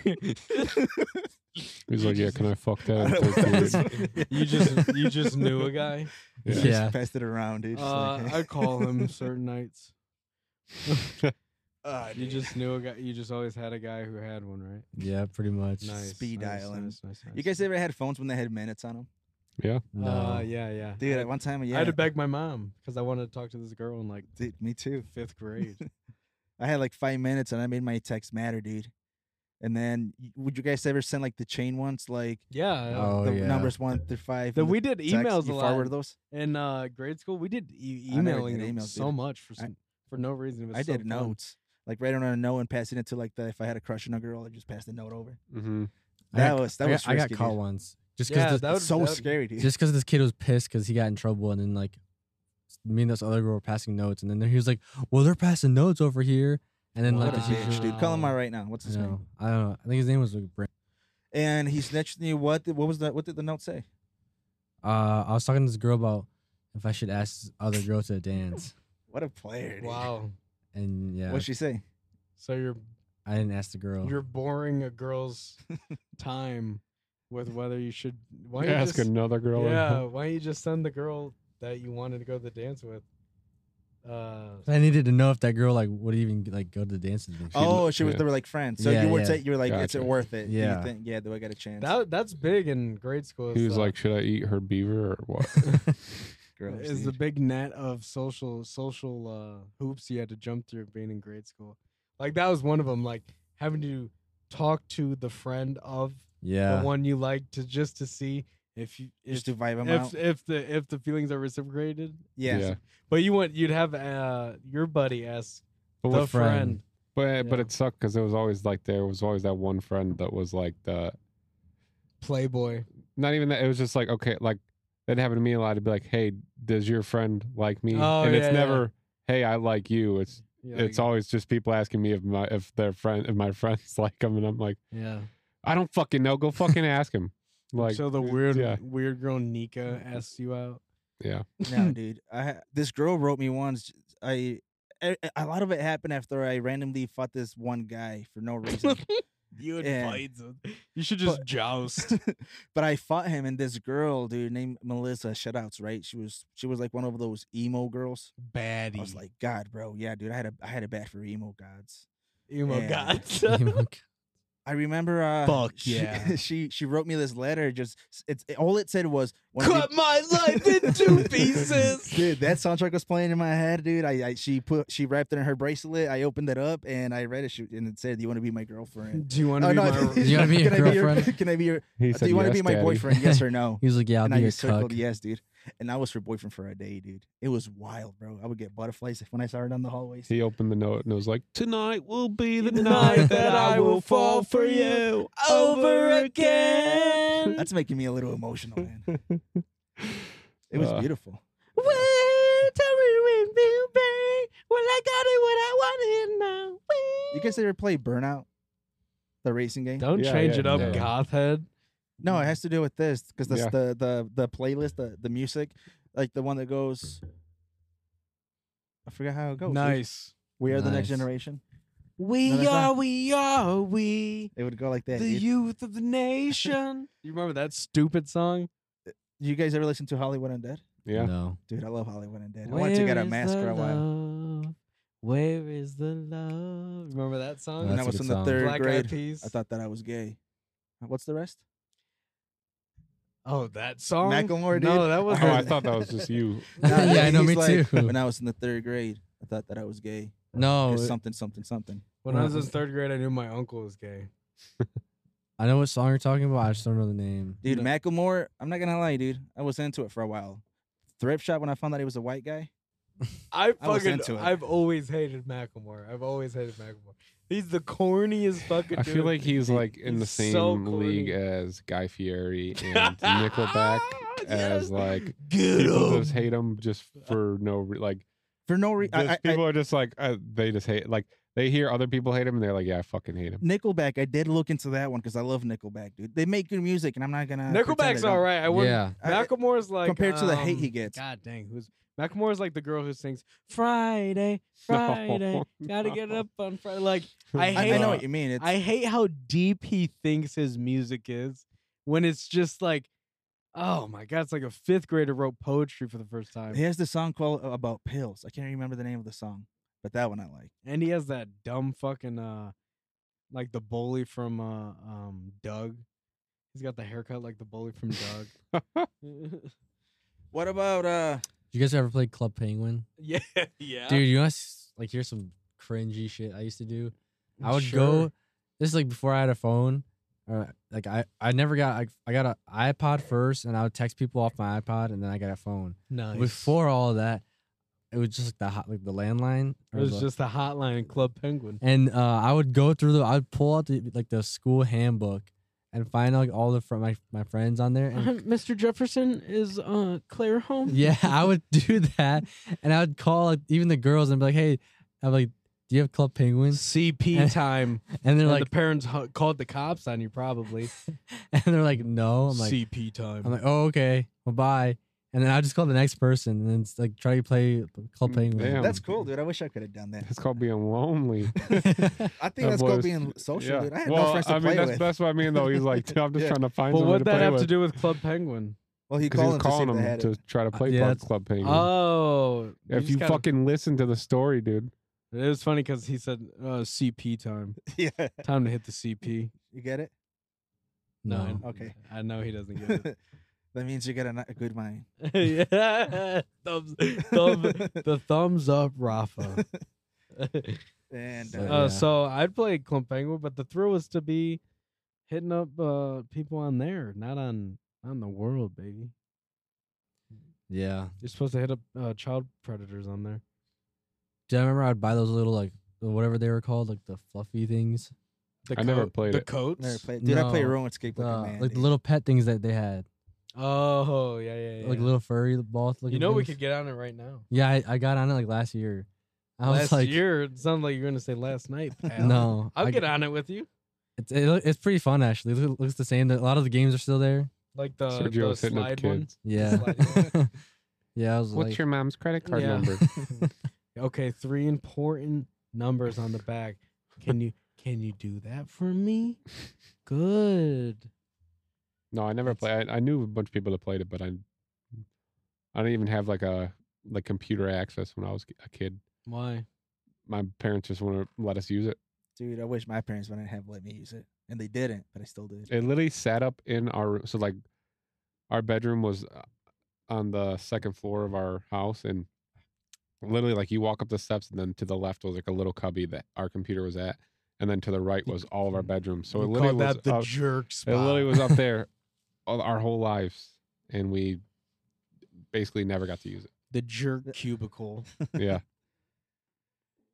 He's like, yeah, can I fuck that? I in don't know what 13?" that is. you just you just knew a guy. Oh, Yeah. You Yeah. just passed it around. Dude. Just Uh, like, I call him certain nights. Ah, You dude. just knew a guy. You just always had a guy who had one, right? Yeah, pretty much. Nice. speed nice, dialing. Nice, nice, nice, You guys ever had phones when they had minutes on them? No. Uh, yeah, yeah. Dude, I, at one time, yeah. I had to beg my mom because I wanted to talk to this girl in like Dude, me too. fifth grade. I had like five minutes and I made my text matter, dude. And then, y- would you guys ever send like the chain ones, like Yeah. Oh, the yeah. numbers one through five? That and the we did text, emails a you lot forward those. in uh, grade school. We did e- I never emailing did them emails, so dude. much for I- some, for no reason. It was I so did fun. notes, like right on a note and passing it to like the if I had a crush on a girl, I just passed the note over. Mhm. I That got- was that I got, was I got risky, caught dude. once just because Yeah, this, that would, It's so that would- scary, dude. just 'cause this kid was pissed because he got in trouble and then like me and this other girl were passing notes and then he was like, "Well, they're passing notes over here," and then like what the a teacher- bitch, teacher, dude. Call him out right now. What's his you name? know, I don't know. I think his name was like Brent. And he snitched me. What? What was that? What did the note say? Uh, I was talking to this girl about if I should ask this other girl to a dance, What a player! dude. Wow. and yeah, What'd she say? So you're I didn't ask the girl. you're boring a girl's time with whether you should. Why don't you Ask just, another girl. Yeah. Why don't you just send the girl that you wanted to go to the dance with? Uh, I needed to know if that girl like would even like go to the dance. and things. oh, she was. yeah. They were like friends. So Yeah, you were. yeah. ta- you were like, is it Gotcha. worth it? Do you Yeah. think- yeah. Do I get a chance? that that's big in grade school. He is was the- like, should I eat her beaver or what? Gross, is the dude. big net of social social uh, hoops you had to jump through being in grade school. Like that was one of them. Like having to talk to the friend of yeah, the one you like to just to see if you if just to vibe him out. if, if the if the feelings are reciprocated. yeah. But you want you'd have uh, your buddy ask But the what- friend. But eh, but Yeah. it sucked because it was always like there was always that one friend that was like the Playboy. not even that it was just like okay like that happened to me a lot. It'd be like, hey, does your friend like me? Oh, and yeah, it's yeah. never, hey, I like you. It's Yeah, it's always just people asking me if my if their friend if my friends like them, and I'm like, yeah. I don't fucking know. Go fucking ask him. Like so the uh, weird yeah um, weird girl Nika Mm-hmm. asks you out. yeah no, dude. I ha- this girl wrote me once. I a a lot of it happened after I randomly fought this one guy for no reason. You would Yeah. fight You should just just joust. but I fought him and this girl, dude, named Melissa. Shoutouts, right? She was she was like one of those emo girls. Baddie. I was like, God, bro, yeah, dude. I had a I had a bat for emo gods. emo yeah. gods. Emo g- I remember. Uh, Fuck she- yeah. she she wrote me this letter. Just it's it, all it said was one of the- Cut my life in two pieces. Dude, that soundtrack was playing in my head, dude. I, I she put she wrapped it in her bracelet. I opened it up and I read it shoot, and it said, "Do you want to be my girlfriend?" Do you want to Oh, be no, my? You wanna be your can I Be your, girlfriend? can I be your? he do you want to "Yes, be my Daddy." boyfriend? Yes or no? he was like, "Yeah, I'll and be I your just circled cuck." yes, dude. And I was her boyfriend for a day, dude. It was wild, bro. I would get butterflies if when I saw her down the hallways. He opened the note and was like, "Tonight will be the Night night that I will fall for you over again. That's making me a little emotional, man. It was Uh, beautiful. You guys ever play Burnout, the racing game? Don't Yeah, change yeah, it up, yeah. goth head. No, Mm. it has to do with this because Yeah. the the the playlist, the the music, like the one that goes. I forgot how it goes. dude. nice. We are the next Nice. generation. No, We that's are, not- we are, we It would go like that. the dude. youth of the nation. You remember that stupid song? you guys ever listen to Hollywood Undead? Yeah, No. Dude, I love Hollywood Undead. I wanted to Where get a is mask the for a while. love? Where is the love? Remember that song? When That's I a was good in the song. third Black Eyed grade, Peas. I thought that I was gay. Uh, What's the rest? oh, that song. Macklemore, dude. No, that was. oh, I thought that was just you. yeah, I know. he's Me like, too. Oh, When I was in the third grade, I thought that I was gay. No, 'cause something, something, something. when I was in third grade, I knew my uncle was gay. I know what song you're talking about. I just don't know the name. Dude, No. Macklemore, I'm not gonna lie, dude. I was into it for a while. Thrift shop when I found out he was a white guy. I I was fucking. into it. I've always hated Macklemore. I've always hated Macklemore. He's the corniest fucking. I feel dude. like he's like in the He's same so league corny. as Guy Fieri and Nickelback. As like people just hate him just for no re- like For no reason. just people are just like uh, they just hate like They hear other people hate him and they're like, yeah, I fucking hate him. Nickelback, I did look into that one because I love Nickelback, dude. They make good music, and I'm not gonna. pretend I Nickelback's don't. all right. I wouldn't. yeah. I- Macklemore's like compared to the hate he um, gets. God dang, who's Macklemore's like the girl who sings Friday, Friday, gotta get no. up on Friday. Like I I, I hate know it. what you mean. It's, I hate how deep he thinks his music is when it's just like, oh my god, it's like a fifth grader wrote poetry for the first time, he has the song called uh, about pills. I can't remember the name of the song, but that one I like. and he has that dumb fucking uh, like the bully from uh um Doug. He's got the haircut like the bully from Doug. What about uh? You guys ever played Club Penguin? yeah, yeah, Dude, you must like here's some cringy shit I used to do. I would Sure. go. This is like before I had a phone. Uh, like I, I never got like I got an iPod first, and I would text people off my iPod, and then I got a phone. Nice. Before all of that, it was just like the hot, like the landline. It or was the- just the hotline in Club Penguin. and uh, I would go through the. I'd pull out the, like the school handbook and find like all the fr- my my friends on there, and Mr. Jefferson is uh, Claire home. Yeah, I would do that, and I would call like, even the girls and be like, "Hey, I'm like, do you have Club Penguins?" CP time. And they're and like, the parents hu- called the cops on you probably. and they're like, "No." I'm like, CP time. I'm like, "Oh, okay, well, bye." And then I just call the next person and then it's like try to play Club Mm, Penguin. damn. That's cool, dude. I wish I could have done that. It's called being lonely. I think That that's called boy's- being social, Yeah. Oh, dude. I had well, no friends to I mean, play that's, with. that's what I mean, though. He's like, I'm just Yeah. trying to find Well, someone to what'd that play have with. to do with Club Penguin? Well, he Because called he's him to see calling if they him had to it. try to play yeah, Club- that's- Club Penguin. Oh, if just you gotta- fucking listen to the story, dude. it was funny because he said uh, CP time, Yeah, time to hit the CP. you get it. No. I- Okay. I know he doesn't get it. that means you got a, ni- a good mind. yeah, thumbs, thumb, the thumbs up, Rafa. and So- uh, Uh, Yeah. So I'd play Club Penguin, but the thrill was to be hitting up uh, people on there, not on on the world, baby. Yeah. You're supposed to hit up uh, child predators on there. Do I remember I'd buy those little like whatever they were called, like the fluffy things, The I never played the it. coats. never played. Dude, I play No. RuneScape like Uh, a man. like the dude. little pet things that they had, Oh yeah, yeah, yeah. like little furry balls. you know we could get on it right now. Yeah, I, I got on it like last year. I last was like, year, it sounded like you're gonna say last night. pal. no, I'll I- get on it with you. It's it, loo- it's pretty fun actually. It loo- looks the same. A lot of the games are still there. Like the, Sergio the was hitting up slide one. kids. Yeah. slide yeah, I was What's like, your mom's credit card Yeah. number? Okay, three important numbers on the back. Can you can you do that for me? Good. No, I never played. I, I knew a bunch of people that played it, but I, I didn't even have like a like computer access when I was a kid. Why? My parents just want to let us use it. Dude, I wish my parents wouldn't have let me use it, and they didn't, but I still did. It literally sat up in our room. So like, our bedroom was uh, on the second floor of our house, and literally like you walk up the steps, and then to the left was like a little cubby that our computer was at, and then to the right was all of our bedrooms. So it We literally called was that the up- jerk spot. It literally was up there all, our whole lives, and we basically never got to use it. the jerk cubicle. Yeah,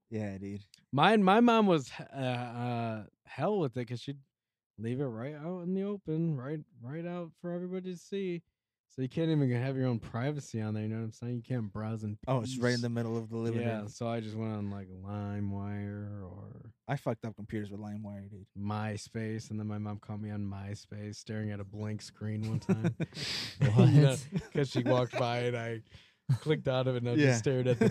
Yeah, dude. Mine, my mom was uh, uh, hell with it because she'd leave it right out in the open, right, right out for everybody to see. So you can't even have your own privacy on there. You know what I'm saying? You can't browse and Oh, it's right in the middle of the living yeah. room. So I just went on like LimeWire or I fucked up computers with LimeWire, dude. MySpace, and then my mom caught me on MySpace staring at a blank screen one time What? because she walked by and I clicked out of it and I Yeah. just stared at the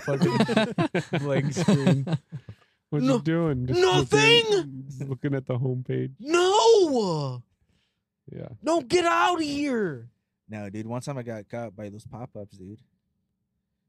fucking blank screen. what No- you doing? nothing! Looking, just looking at the homepage. No, Yeah, no, get out of here. no, dude. One time I got caught by those pop-ups, dude.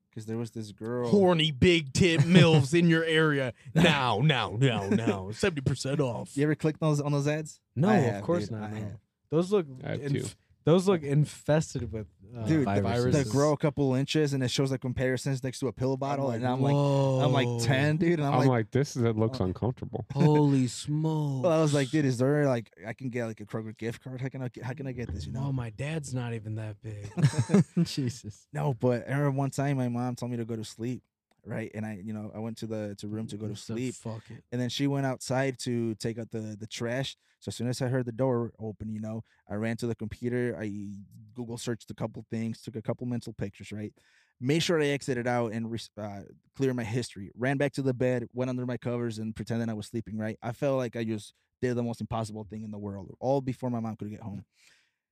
Because there was this girl. Horny big tip milfs in your area now, now, now, now. Seventy percent off. You ever clicked on those on those ads? No, I of have, course dude, not. I no. have. Those look I have inf- two. those look infested with uh, Dude, the- the viruses. They grow a couple inches, and it shows like comparisons next to a pill bottle, and I'm like, Whoa. I'm like ten, dude, and I'm, I'm like, like, this is, it looks Oh. uncomfortable. Holy smoke! well, I was like, dude, is there like I can get like a Kroger gift card? How can I get, how can I get this? You know? oh, my dad's not even that big. Jesus. No, but I remember one time my mom told me to go to sleep, right? And I, you know, I went to the to room to go to So sleep, fuck it. and then she went outside to take out the the trash. So as soon as I heard the door open, you know, I ran to the computer. I Google searched a couple things, took a couple mental pictures, right? made sure I exited out and res uh, clear my history. Ran back to the bed, went under my covers, and pretended I was sleeping. Right, I felt like I just did the most impossible thing in the world, all before my mom could get home.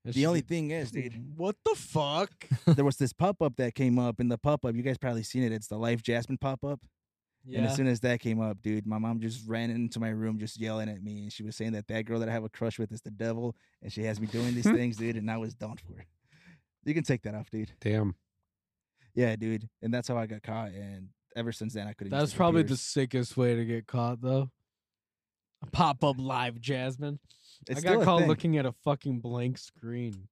The only thing is, dude, What the fuck? there was this pop up that came up, and the pop up, you guys probably seen it. It's the Life Jasmine pop up. And as soon as that came up, dude, my mom just ran into my room, just yelling at me, and she was saying that that girl that I have a crush with is the devil, and she has me doing these things, dude, and I was done for. it. You can take that off, dude. Damn. Yeah, dude, and that's how I got caught, and ever since then I couldn't. use That's probably the computers. sickest way to get caught, though. Pop up live, Jasmine. It's I still got a caught thing. looking at a fucking blank screen.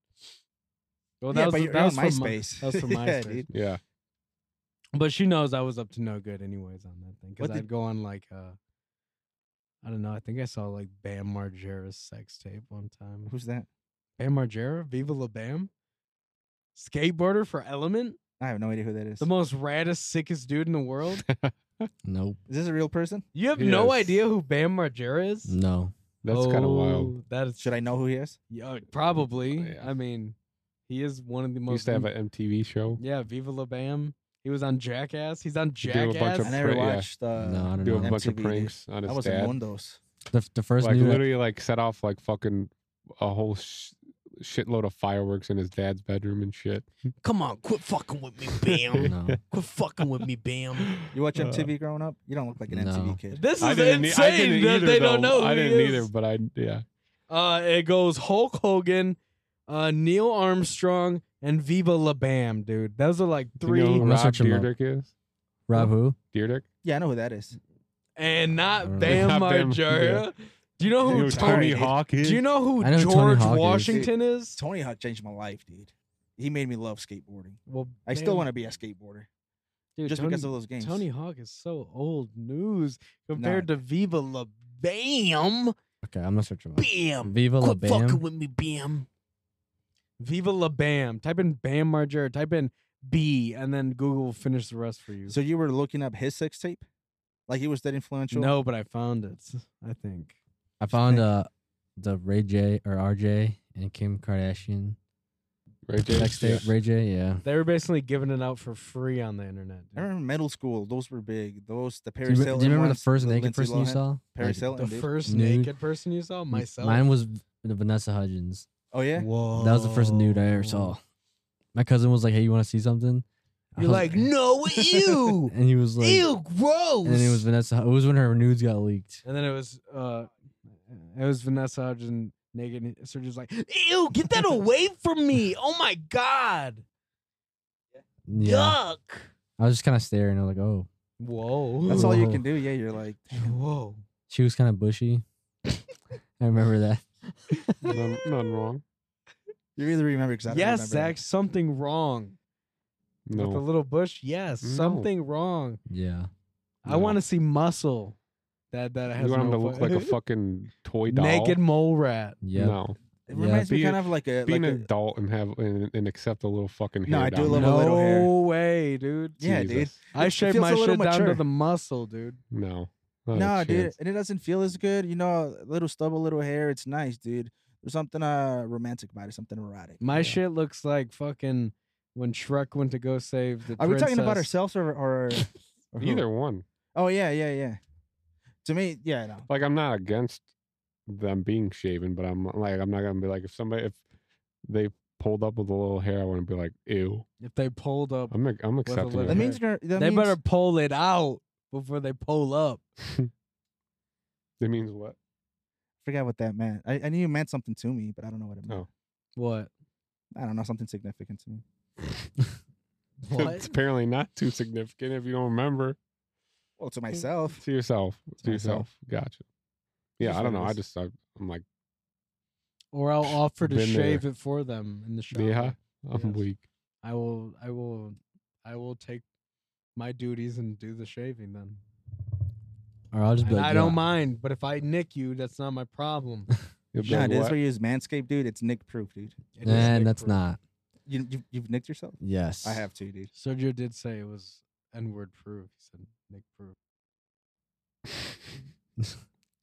Well, yeah, but the- you're on from my- MySpace. that was from Yeah, MySpace. dude. Yeah. But she knows I was up to no good, anyways, on that thing. Because What I'd did- go on like, uh, I don't know. I think I saw like Bam Margera's sex tape one time. Who's that? Bam Margera, Viva La Bam, skateboarder for Element, I have no idea who that is. the most raddest, sickest dude in the world. Nope. is this a real person? You have no Yes. idea who Bam Margera is. Mm, Oh, No. That's kind of wild. That's Should I know who he is? Yeah, probably. yeah. I mean, he is one of the We most. used to have im- an MTV show. yeah, Viva La Bam. He was on Jackass. He's on do a bunch Jackass. of I never Fra- yeah. watched. Uh, no, I don't Do a know. bunch of MTV, dude. pranks on I his was in dad. Mundos. The, the Mm-hmm. first like new literally, like set off like fucking a whole sh- shitload of fireworks in his dad's bedroom and shit. Come on, quit fucking with me, Bam. No. quit fucking with me, Bam. You watch Uh, MTV growing up? You don't look like an no. MTV kid. this I is didn't, e- I insane didn't that either, they don't though. know. Who I didn't he either, is. but I yeah. Uh, it goes Hulk Hogan, uh, Neil Armstrong, and Viva La Bam, dude. Those are like Do you know three, who I'm gonna Rob search him up. Deerdick is? Rob who? Deerdick? Yeah, I know who that is. and I don't not know. Bam Uh, Not Bam, Margera. Do you know Oh, You who know Tony? Tony Hawk Do is? you know who I know who Tony George Hawk is. Washington is? Tony Hawk changed my life, dude. He made me love skateboarding. Well, I still want to be a skateboarder just because of those games. Tony Hawk is so old news compared to Viva La Bam. Okay, I'm gonna search him up. Bam. Viva La quit fucking Bam. with me, Bam. Viva La Bam. Type in Bam Margera. Type in B, and then Google will finish the rest for you. So you were looking up his sex tape, like he was that influential. no, but I found it. I think. I found uh the Ray J or RJ and Kim Kardashian Ray J. sex tape. Ray J, yeah. They were basically giving it out for free on the internet. dude. I remember middle school; those were big. Those the Do Paris you, re- do Hilton. you remember the ones, first the naked Lindsay person you Lohan, saw? Paris Like, Hilton, The dude. first Nude. naked person you saw, m- myself. Mine was v- the Vanessa Hudgens. Oh yeah, That was the first nude I ever saw. My cousin was like, "Hey, you want to see something?" I You're was like, no, ew. and he was like, ew, gross. and it was Vanessa. It was when her nudes got leaked. And then it was, uh, it was Vanessa Hudgens naked. and So just like, ew, get that away from me. Oh my God. Yeah, Yuck. I was just kind of staring. I was like, "Oh, whoa, that's all you Ooh. can do. Yeah, you're like, whoa. she was kind of bushy." I remember that. None, none wrong. you really remember because I don't Yes, remember Zach, that. something wrong with the No. little bush. Yes, No. something wrong. Yeah, I No. want to see muscle. That that has You want him no to look like a foot. fucking toy doll? naked mole rat. yeah. No. It Yeah. reminds me Being- kind of like a Being like an a- adult and have and, and accept a little fucking hair. No, I do down love there. a little hair. No way, dude. Yeah, dude. Jesus. I shaved feels my a little shit down to mature. the muscle, dude. No. not a No, dude, chance. and it doesn't feel as good. You know, a little stubble, little hair. It's nice, dude. There's something uh romantic about it, something erotic. My you know? shit looks like fucking when Shrek went to go save the. Are we talking about princess. ourselves or or, or who? Either one. Oh yeah, yeah, yeah. To me, yeah, no. Like I'm not against them being shaven, but I'm like I'm not gonna be like if somebody if they pulled up with a little hair, I wouldn't be like ew. If they pulled up, I'm ac- I'm accepting little it. That hair. means you're- that they means, better pull it out before they pull up. That means what? forgot what that meant. I, I knew you meant something to me, but I don't know what it meant. Oh. What? I don't know something significant to me. it's apparently not too significant if you don't remember. Well, to myself, To yourself. To, To yourself. myself. Gotcha. Yeah, Just I don't what it know. I is. just I, I'm like Or I'll offer to Been shave it for them in the shower. yeah, I'm Yes. weak. I will. I will. I will take my duties and do the shaving then. Or I'll just be And like, I "Yeah, don't mind, but if I nick you, that's not my problem. You'll be nah, like, dude, that's "What?" where you use Manscaped, dude. It's Nick proof, dude. It is And nick that's proof. not. You, you you've nicked yourself. Yes. I have too, dude. Sergio did say it was N word proof. He said nick proof.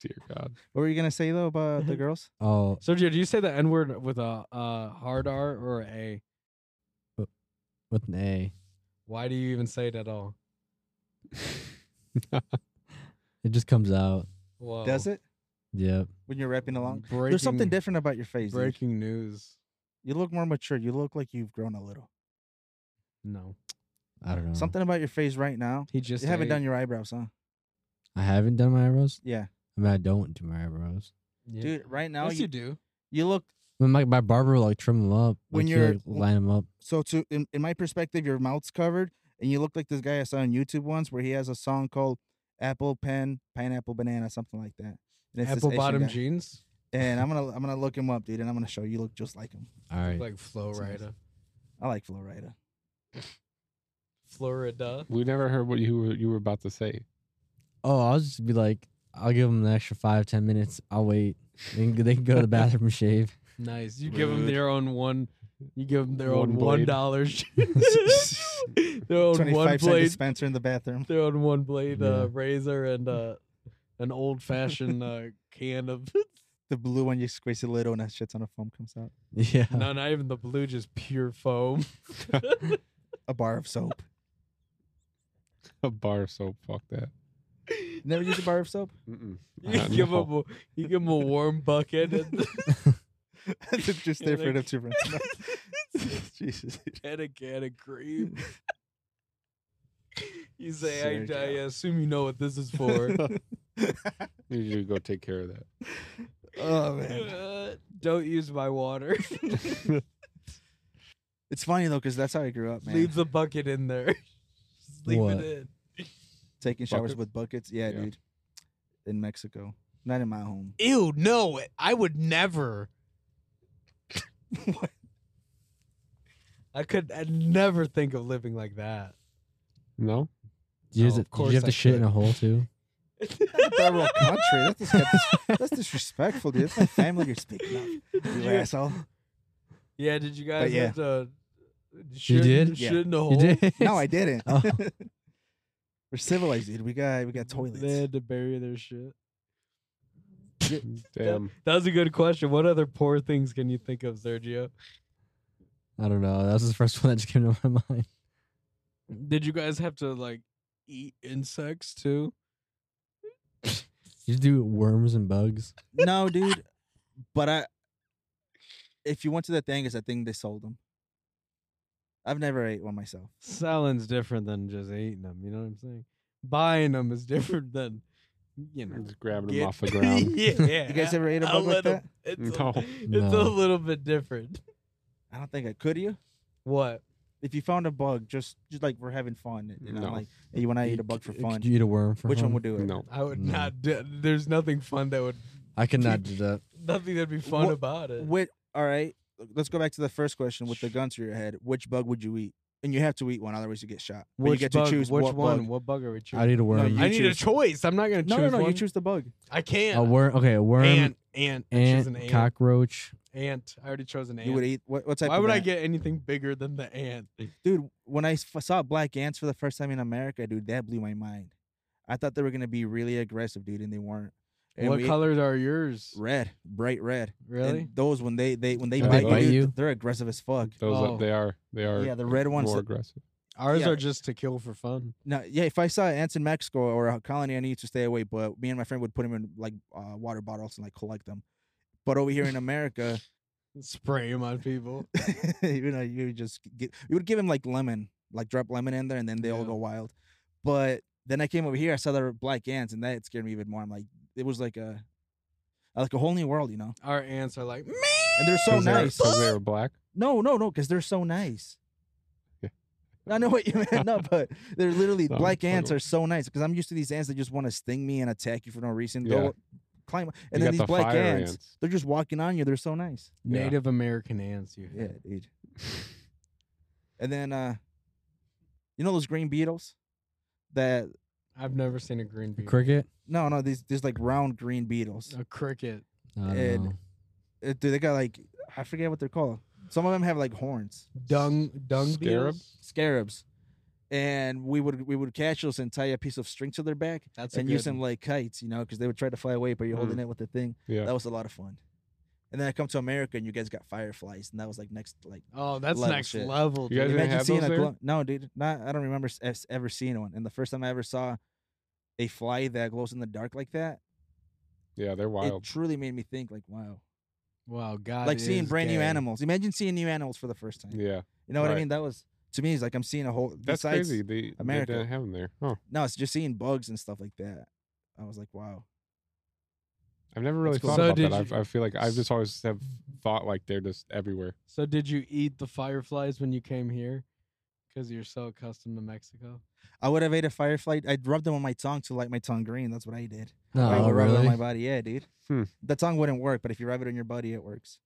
Dear God. What were you gonna say though about Mm-hmm. the girls? Oh, Sergio, do you say the N word with a uh, hard R or a? with an A. Why do you even say it at all? It just comes out. Whoa. Does it Yep. when you're rapping along? Breaking, There's something different about your face. dude. Breaking news. You look more mature. You look like you've grown a little. No, I Mm. don't know. Something about your face right now. he just You haven't ate. done your eyebrows, huh? I haven't done my eyebrows. Yeah, I mean, I don't do my eyebrows. Yeah. dude. Right now, Yes, you, you, do. you look I mean, my, my barber will like trim them up. When When you you're- like, line them up. so. To in, in my perspective, your mouth's covered, and you look like this guy I saw on YouTube once, where he has a song called "Apple Pen Pineapple Banana," something like that. And it's this Apple Asian bottom guy. jeans, And I'm gonna I'm gonna look him up, dude, and I'm gonna show you. You look just like him. All right. like Florida. I like Florida. Florida. we never heard what you were, you were about to say. oh, I'll just be like, I'll give them an extra five, ten minutes. I'll wait. They can, they can go to the bathroom and shave. Nice. You give them Rude. their own one. You give them their own One one blade. dollar. their own one Twenty-five cent blade. dispenser in the bathroom. Their own one blade uh, Yeah. razor and uh, an old fashioned uh, can of The blue one, you squeeze a little, and that shit's on a foam comes out. Yeah. no, not even the blue, just pure foam. A bar of soap. A bar of soap. Fuck that. You Never use a bar of soap. Mm-mm. You Uh, give no. them a, you give 'em a warm bucket and, It's just there for them Yeah, like- to rinse. it out. Jesus. and a can of cream. You say, I, I Sergio. assume you know what this is for. You should go take care of that. oh man, Uh, don't use my water. it's funny though, cause that's how I grew up, man. Leave the bucket in there. Just leave What? it Taking showers Buckets? with buckets. Yeah, Yeah. dude. In Mexico, not in my home. Ew, no, I would never. in. I could I'd never think of living like that. No? Did you, have No, of to- did course you have I to shit in could. a hole too? Third world country. That's, dis- that's, that's disrespectful, dude. That's my family you're speaking of. Did You you- asshole. yeah, did you guys yeah. have to shit, did? Yeah. shit in the hole? You did? No, I didn't. Oh. We're civilized, dude. We got we got toilets. They had to bury their shit. Damn. That was a good question. What other poor things can you think of, Sergio? I don't know. That was the first one that just came to my mind. Did you guys have to like eat insects too? You do worms and bugs. no, dude. But I, if you went to that thing, is I think they sold them. I've never ate one myself. Selling's different than just eating them. You know what I'm saying? Buying them is different than you know. Just grabbing them get- off the ground. yeah. You guys ever ate a a bug like little- that? It's, No. a, it's a No. little bit different. I don't think I could. You, What? if you found a bug, just just like we're having fun, you know, No. like hey, you want to eat a bug for Could- fun. Could you eat a worm for Which one fun? would do it? No. I would No. not. Do, there's nothing fun that would. I could not do that. Nothing that'd be fun Wha- about it. Wait, all right. Let's go back to the first question with the gun to your head. Which bug would you eat? And you have to eat one, otherwise you get shot. But you Which get bug- to choose which what one. Bug. What bug are we I'd choosing? eat a worm. you I need choose- a choice. I'm not gonna choose No, no, no. one. You choose the bug. I can't. a worm. Okay, a worm, Ant, ant, I choose ant, an ant. cockroach. Ant. I already chose an ant. You would eat what, what type? Why of would I ant? get anything bigger than the ant? dude? When I f- saw black ants for the first time in America, dude, that blew my mind. I thought they were gonna be really aggressive, dude, and they weren't. And what we ate colors are yours? Red, bright red. And Really? those when they they when they Do bite, they you, bite dude, you? they're aggressive as fuck. Those Oh. are, they are they are Yeah, the red ones more that- aggressive. Ours Yeah. are just to kill for fun. No, yeah. If I saw ants in Mexico or a colony, I need to stay away. But me and my friend would put them in like uh, water bottles and like collect them. But over here in America, Spray them on people. you know, you would just get you would give them like lemon, like drop lemon in there, and then they all Yeah. go wild. But then I came over here, I saw there were black ants, and that scared me even more. I'm like, it was like a like a whole new world, you know. Our ants are like, And they're so 'Cause they were- nice. 'cause they were black. No, no, no, because they're so nice. Yeah. I know what you meant. No, but they're literally No, black I ants know. are so nice because I'm used to these ants that just want to sting me and attack you for no reason. Yeah. They'll climb up- and then You got these the black fire ants, they're just walking on you. They're so nice. Yeah. Native American ants. You Yeah, dude. and then, uh, you know those green beetles? That I've never seen a green beetle. Cricket. no, no, these these like round green beetles. a cricket. I don't And- know. Uh, dude, they got like I forget what they're called. Some of them have like horns. Dung dung Scarab? beetles? scarabs, and we would we would catch those and tie a piece of string to their back That's a and use good them like kites, you know, because they would try to fly away, but you're holding it with the thing. Mm. Yeah. That was a lot of fun. And then I come to America and you guys got fireflies, and that was like next like. Oh, that's Level next shit. level. You guys dude. didn't have seeing those a there? glow. No, dude, not. I don't remember s- es- ever seeing one. And the first time I ever saw a fly that glows in the dark like that, Yeah, they're it wild. Ah, truly made me think like, wow, wow, God. like seeing is brand new gay. animals. Imagine seeing new animals for the first time. yeah, You know what I Right. mean? That was to me. It's like I'm seeing a whole. that's besides, crazy. They, they America. didn't have them there. Huh. No, it's just seeing bugs and stuff like that. I was like, wow. I've never really cool. thought So about did that. I've, you- I feel like I've just always have thought like they're just everywhere. So did you eat the fireflies when you came here? Because you're so accustomed to Mexico. I would have ate a firefly. I rubbed them on my tongue to light my tongue green. That's what I did. I No, would rub it on really. my body. Yeah, dude. Oh, Hmm. The tongue wouldn't work, but if you rub it on your body, it works.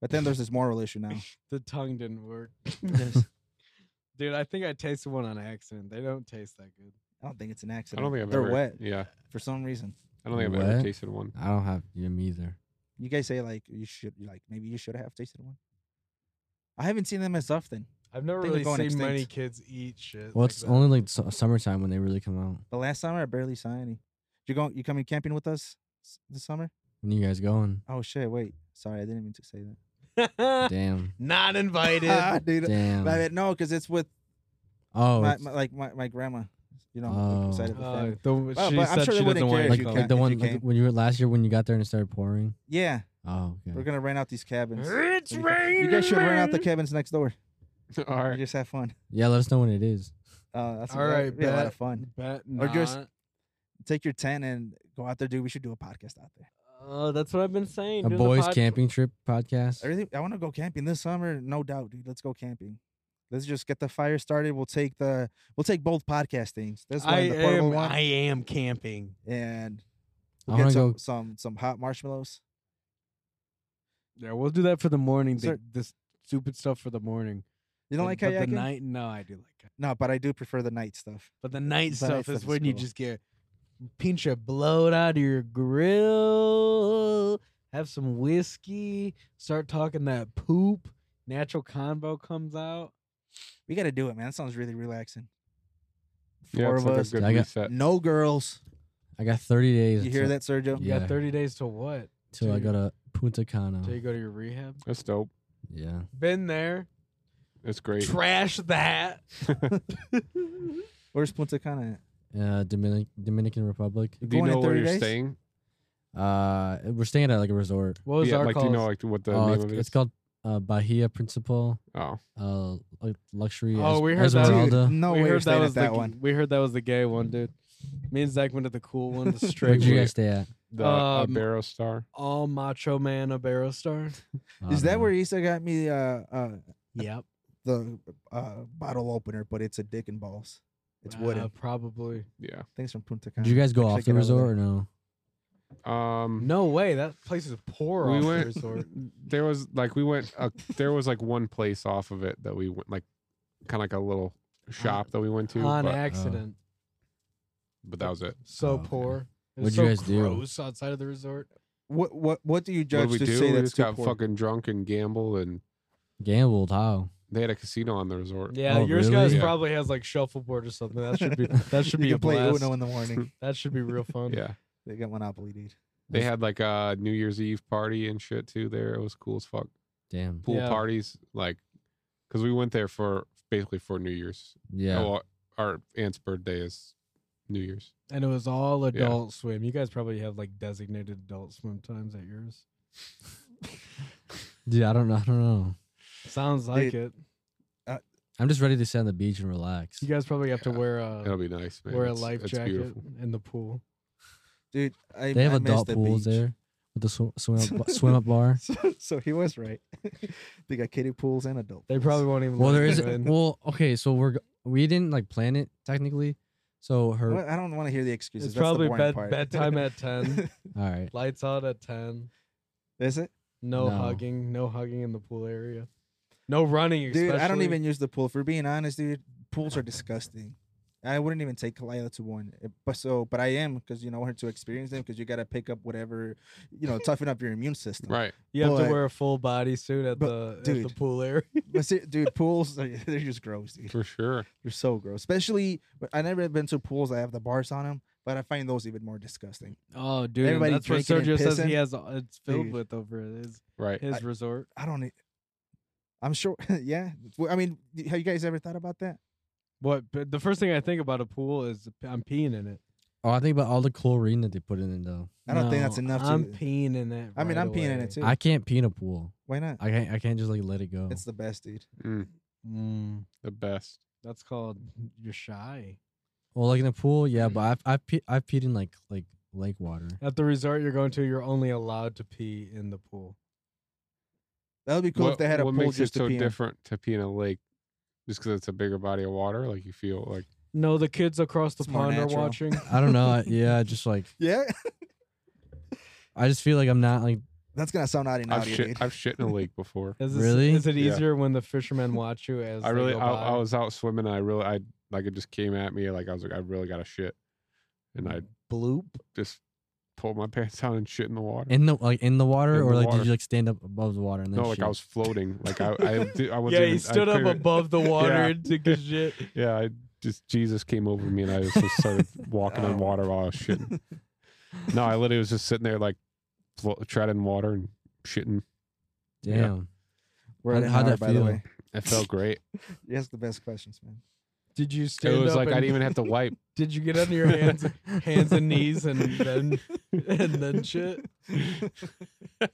But then there's this moral issue now. The tongue didn't work. Yes. Dude, I think I tasted one on accident. They don't taste that good. I don't think it's an I accident. don't think I've They're ever. wet Yeah, for some reason. I don't think I've ever Wet? tasted one. I don't have them either. You guys say like you should like maybe you should have tasted one. I haven't seen them as often. I've never Think they're really seen going many extinct. kids eat shit. Well, like it's that. only like su- summertime when they really come out. But last summer I barely saw any. You going? You coming camping with us s- this summer? When you guys going? Oh shit! Wait, sorry, I didn't mean to say that. Damn. Not invited. Ah, dude. Damn. I mean, no, because it's with Oh, my, it's- my like my, my grandma. You know, Oh. side of the Uh, family. the, but she I'm said sure she they wouldn't doesn't want care to if like, you go. like the if one you like came. when you were last year when you got there and it started pouring. Yeah, Oh, we're okay. gonna rent out these cabins. it's You guys- You guys should rent out the raining. cabins next door. All and right, Just have fun. Yeah, let us know when it is. Uh, that's All right, that'd be a lot bet. of fun. Bet Or just- not. Take your tent and go out there, dude. We should do a podcast out there. Oh, that's what I've been saying. A do the boys pod- camping trip podcast. I really, I want to go camping this summer, no doubt, dude. Let's go camping. Let's just get the fire started. We'll take the, we'll take both podcast things. This one, I and the portable am- one, I am camping. and I we'll get wanna some, go- some some hot marshmallows. Yeah, we'll do that for the morning. The, Sir- this stupid stuff for the morning. You don't But- like but kayaking? The night? No, I do like kayaking. No, but I do prefer the night stuff. But the night The night stuff stuff is is when you cool. just get pinch of bloat out of your grill, have some whiskey, start talking that poop. Natural convo comes out. We got to do it, man. That sounds really relaxing. Four yeah, it's of like us, a good I got- reset. no girls. I got 30 days. You hear to- that, Sergio? You Yeah. got 30 days to what? Till I to- go to Punta Cana. Till you go to your rehab? That's dope. Yeah. Been there. That's great. Trash that. Where's Punta Cana at? Uh, Dominic- Dominican Republic. do you going in know where 30 you're days? staying? Uh, we're staying at like a resort. What was yeah, our like do you know like what the Oh, name it's, of it it's is? called uh, Bahia Principal, Oh, uh, lu- luxury. Oh, Es- we heard that. Esmeralda. Dude, no we way Oh, you're heard that staying was at that the, one. We heard that was the gay one, dude. Me and Zach went to the cool one, the straight Where'd you one. guys stay at? the Um, Ibero Star. All macho man a barrow star. Oh, Is that no. where Issa got me uh, uh, Yep. the uh, bottle opener? But it's a dick and balls. It's Uh, wooden. probably. Yeah. Things from Punta Cana. Did you guys go Actually off get the out of there. resort or no? Um, No way. That place is poor. we off the went. resort. There was like we went. Uh, there was like one place off of it that we went like, kind of like a little shop that we went to, Uh, on but, accident. but that was it. so Oh, okay. poor. It What'd was you so guys do? gross outside of the resort. What what what do you What judge did to we do? say We that's just too got poor? fucking drunk and gambled, and Gambled? How? they had a casino on the resort. Yeah, Oh, really? yours guys Yeah. probably has like shuffleboard or something. That should be that should you be a can play blast. Uno in the morning. That should be real fun. Yeah. they got Monopoly, dude. They That's- had like a New Year's Eve party and shit too there. It was cool as fuck. Damn. Pool Yeah. parties, like, because we went there for basically for New Year's. Yeah. Oh, our aunt's birthday is New Year's. And it was all adult swim. You guys probably have like designated adult swim times at yours. Dude, I don't know. I don't know. Sounds like it. I'm just ready to sit on the beach and relax. You guys probably have to Yeah. wear a It'll be nice, man. Oh. wear a It's- life it's jacket beautiful. in the pool. Dude, I They have I missed adult the pools beach. there with the sw- swim up, swim up bar. So, so he was right. they got kiddie pools and adult. They pools. probably won't even. Well, let there you is. in. Well, okay. So we're g- we didn't like plan it technically. So her. Well, I don't want to hear the excuses. It's that's probably the boring bed, part. bedtime at ten. All right. Lights out at ten. Is it, No, No. hugging. No hugging in the pool area. No running. dude? I don't especially. even use the pool. If we're being honest, dude, pools are disgusting. I wouldn't even take Kalila to one, Uh, but so, but I am because you know I want her to experience them because you got to pick up whatever, you know, toughen up your immune system. Right. You have But- to wear a full body suit at but, the at the dude. pool area. But see, dude, pools are- they're just gross, dude. For sure. They're so gross. Especially, but I never been to pools that have the bars on them. But I find those even more disgusting. Oh, dude, and Everybody that's what drinking and Sergio says he pissing? has. It's filled Dude. with over at his Right. his resort. I don't. e- I'm sure. yeah. Well, I mean, y- have you guys ever thought about that? What? But the first thing I think about a pool is I'm peeing in it. Oh, I think about all the chlorine that they put in it though. I don't think that's No, enough. I'm to, peeing in it. I mean, right I'm peeing in it too. away. I can't pee in a pool. Why not? I can't. I can't just like let it go. It's the best, dude. Mm, Mm, the best. that's called you're shy. well, like in a pool, Mm. yeah. But I've I've, pe- I've peed in like like lake water. At the resort you're going to, you're only allowed to pee in the pool. That would be cool if What- they had a what pool makes just it to so pee in. different to pee in a lake, just because it's a bigger body of water. Like you feel like No, the kids across the It's more pond are natural. watching. I don't know. I, yeah, just like Yeah, I just feel like I'm not like that's gonna sound naughty, I've naughty, dude. shit, I've shit in a lake before. Is this, Really? Is it Yeah. easier when the fishermen watch you as I they really, go I, I by? was out swimming and I really, I like it just came at me. Like I was like, I really got to shit, and Mm. I bloop. just pulled my pants down and shit in the water. in the like in the water, In or the like water. did you like stand up above the water and then no, like shit? I was floating. Like I, I, did, I was. Yeah, he stood up above the water and took a shit. Yeah, I just Jesus came over me and I just started walking on Oh. water while I was shitting. No, I literally was just sitting there like flo- treading water and shitting. Yeah. Damn. We're How'd- at an how'd hour, that by the feel? way. It felt great. You ask the best questions, man. Did you it stand was up like I and- didn't even have to wipe. Did you get on your hands hands and knees and then and then shit? Dude,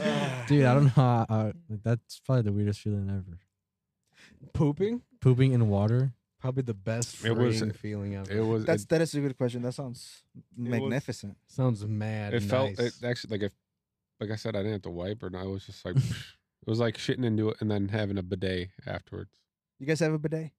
I don't know. How, I- like, that's probably the weirdest feeling ever. Pooping? Pooping in water. Probably the best It was- freeing feeling ever. It was. That's it, that is a good question. That sounds was- magnificent. Sounds mad. it felt. It nice. actually like if, like I said, I didn't have to wipe or not. It was just like it was like shitting into it and then having a bidet afterwards. You guys have a bidet?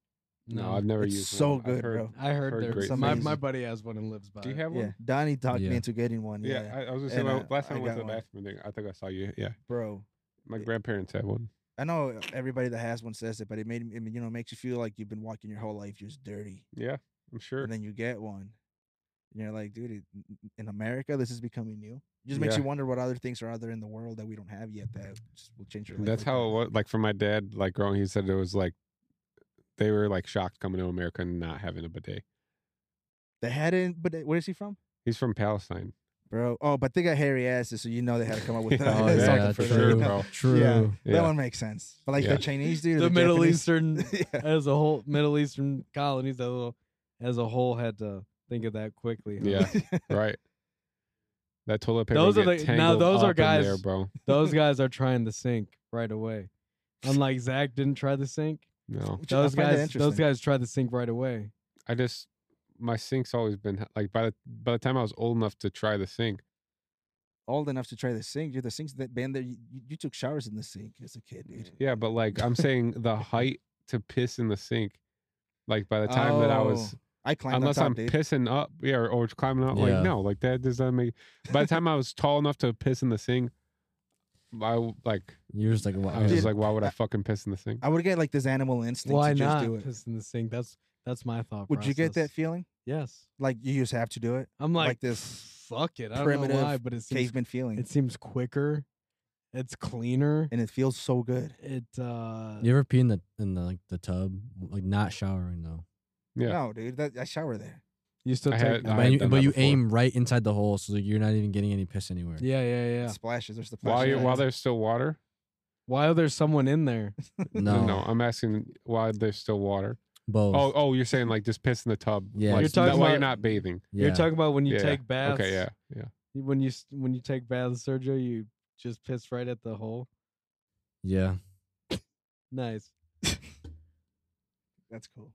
No, I've never It's used. so one. I've good, heard- bro. I heard, heard there's great my, things. my buddy has one and lives by. Do you it. have Yeah. one? Donnie talked Yeah. me into getting one. Yeah, Yeah, I, I was just saying And, my- uh, last I time I, went got to the one. bathroom. I think I think I saw you. Yeah, bro. my Yeah. grandparents had one. I know everybody that has one says it, but it made me, you know, makes you feel like you've been walking your whole life just dirty, Yeah, I'm sure. and then you get one, and you're like, dude, it, in America, this is becoming new. It just makes Yeah. you wonder what other things are out there in the world that we don't have yet that just will change your life. That's like how that. it was. Like for my dad, like growing, he said it was like they were like shocked coming to America and not having a bidet. they had it. in- But they- where is he from, He's from Palestine. bro? Oh, but they got hairy asses, so you know they had to come up with Oh, something yeah, for for that. sure, bro. True. Yeah. Yeah. That one makes sense. But like Yeah. the Chinese dude, or the, the, Middle Japanese- Eastern yeah. as a whole Middle Eastern colonies as a, as a whole had to think of that quickly. huh? Yeah, right. That toilet paper. Those Those are are the- now those are there, guys- bro. Those guys are trying to sink right away. Unlike Zach didn't try the sink. No, Which I Those find that guys those interesting. guys tried the sink right away. I just my sink's always been like by the by the time I was old enough to try the sink. old enough to try the sink. Dude, the sinks that been there, you, you- you took showers in the sink as a kid, dude. Yeah, but like I'm saying, the height to piss in the sink. Like by the time that I was Oh, I climbed unless on top, I'm dude. pissing up, yeah, or, or climbing up. Yeah. Like no, like that does not make. By the time I was tall enough to piss in the sink, I w- like You're just like, I wow. was Dude, just like, why would I I- fucking piss in the sink? I would get like this animal instinct Why to just not do it. piss in the sink? That's that's my thought. Would you get that process. feeling? Yes. Like you just have to do it. I'm like, Like this Fuck it. I don't know primitive why, but it seems Caveman feeling, it seems quicker. It's cleaner. and it feels so good. It uh You ever pee in the in the like the tub, like not showering though? Yeah. No, dude, that I shower there. you still I take had- that. I but you, done but that you before. aim right inside the hole, so you're not even getting any piss anywhere. Yeah, yeah, yeah. It splashes. There's the While flashes you lights. while there's still water. While there's someone in there. No, no, I'm asking why there's still water. both. Oh, oh, you're saying like just piss in the tub. Yeah. like, You're that talking way you're about- not bathing. yeah. You're talking about when you Yeah, take baths. Okay, yeah, yeah. When you s- when you take baths, Sergio, you just piss right at the hole. yeah. Nice. That's cool.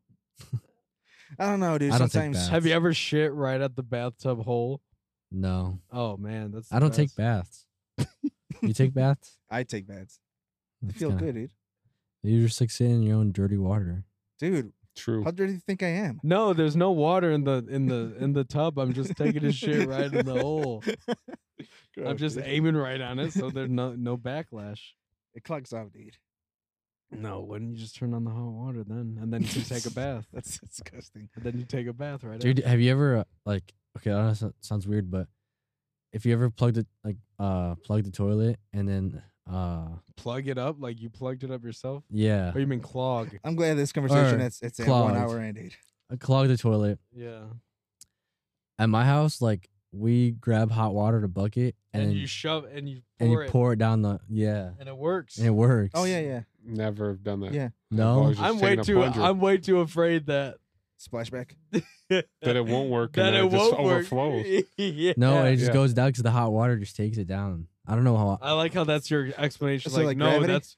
I don't know, dude. I don't take Sometimes baths. Have you That's- ever shit right at the bathtub hole? No, Oh man, that's the I don't take best. baths. you take baths? I take baths. I That's feel kinda- good, dude. You're just like sitting in your own dirty water. Dude, True. how dirty do you think I am? No, there's no water in the in the in the tub. I'm just taking a shit right in the hole. I'm just aiming right on it, so there's no no backlash. It clogs up, dude. No, wouldn't you just turn on the hot water then, and then you can take a bath, That's disgusting. and then you take a bath right? Dude, have you ever uh, like okay, I know that sounds weird, but if you ever plugged it like uh plugged the toilet and then uh after. plug it up like you plugged it up yourself, yeah, or you mean clog? I'm glad this conversation Or it's it's at one clogs. hour in, dude. clog the toilet Yeah, At my house, like we grab hot water in a bucket and, and, then- you shove and you pour and you it, pour it down the yeah, and it works. and it works. Oh yeah, yeah. Never have done that. Yeah. I've No, always just I'm way taken a too. plunger. I'm way too afraid that Splashback. that it won't work that and it then it, just won't work. overflows. Yeah. no, it just Yeah. goes down because the hot water just takes it down. I don't know how. I like how that's your explanation. So, like, like, no, gravity? that's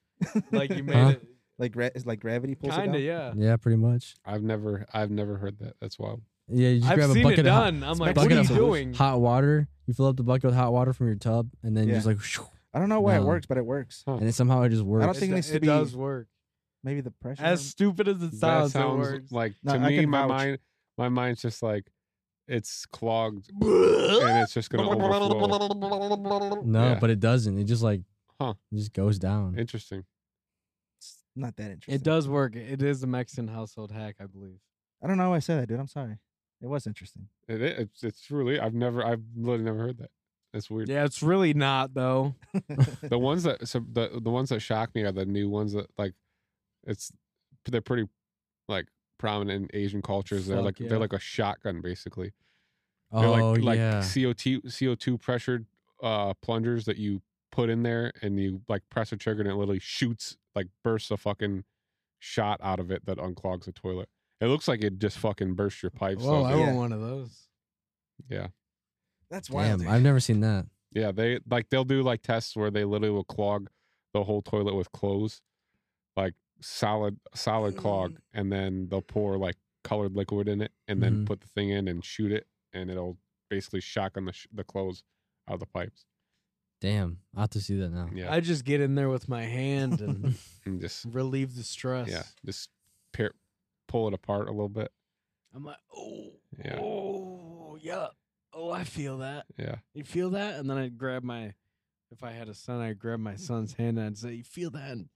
like you made Huh? it Like gra- it's like gravity pulls it kind down. of. Yeah. yeah, pretty much. I've never I've never heard that. That's wild. Yeah, you just I've grab a seen bucket it of hot- done. I'm like, bucket what are you of hot- doing? hot water. You fill up the bucket with hot water from your tub, and then Yeah. you just like, shoo, I don't know why No. it works, but it works. and then somehow it just I works. don't think it, it needs to it be- does work. Maybe the pressure. As stupid as it that sounds, it sounds works. like No, to I me can my vouch. mind my mind's just like it's clogged and it's just gonna overflow. no, yeah. but it doesn't. It just like, Huh. it just goes down. Interesting. it's not that interesting. it does work. It is a Mexican household hack, I believe. I don't know why I said that, dude. I'm sorry. It was interesting. It, i- it's it's truly I've never I've literally never heard that. That's weird. Yeah, it's really not though. The ones that so the the ones that shock me are the new ones that like it's they're pretty like prominent in Asian cultures. They're Fuck like yeah. they're like a shotgun basically. They're oh like like yeah. CO2 CO2 pressured uh plungers that you put in there and you like press a trigger and it literally shoots like bursts a fucking shot out of it that unclogs the toilet. It looks like it just fucking bursts your pipes. Whoa, though, I dude. want Yeah. one of those. yeah. That's wild. Damn, I've never seen that. Yeah, they like they'll do like tests where they literally will clog the whole toilet with clothes. Like solid solid clog and then they'll pour like colored liquid in it and then Mhm. put the thing in and shoot it and it'll basically shotgun the sh- the clothes out of the pipes. Damn, I have to see that now. Yeah. I just get in there with my hand and and just relieve the stress. Yeah, just pair, pull it apart a little bit. I'm like, oh, Yeah. oh, yeah. Oh, I feel that. Yeah, You feel that? And then I'd grab my, if I had a son, I'd grab my son's hand and I'd say, you feel that? And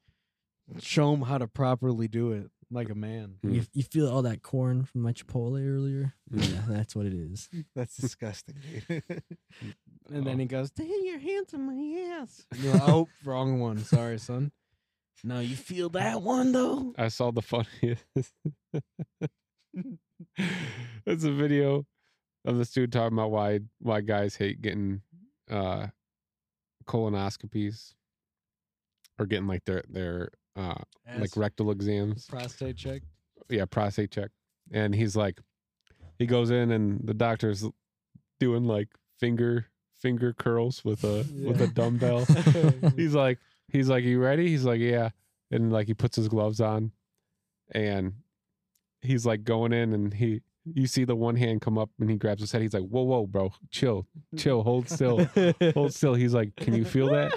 show him how to properly do it like a man. You, you feel all that corn from my Chipotle earlier? Mm. Yeah, that's what it is. That's disgusting. dude. And then Oh. he goes, Dang, your hands on my ass. And you're like, oh, wrong one. Sorry, son. No, you feel that one though? I saw the funniest. it's a video of this dude talking about why why guys hate getting uh colonoscopies or getting like their their uh like Ass rectal exams. prostate check. yeah, prostate check. And he's like, he goes in and the doctor's doing like finger finger curls with a with a Yeah. dumbbell. he's like, he's like, you ready? He's like, yeah. And like he puts his gloves on, and he's like going in, and he you see the one hand come up, and he grabs his head. He's like, whoa, whoa, bro, chill, chill, hold still, hold still. He's like, can you feel that?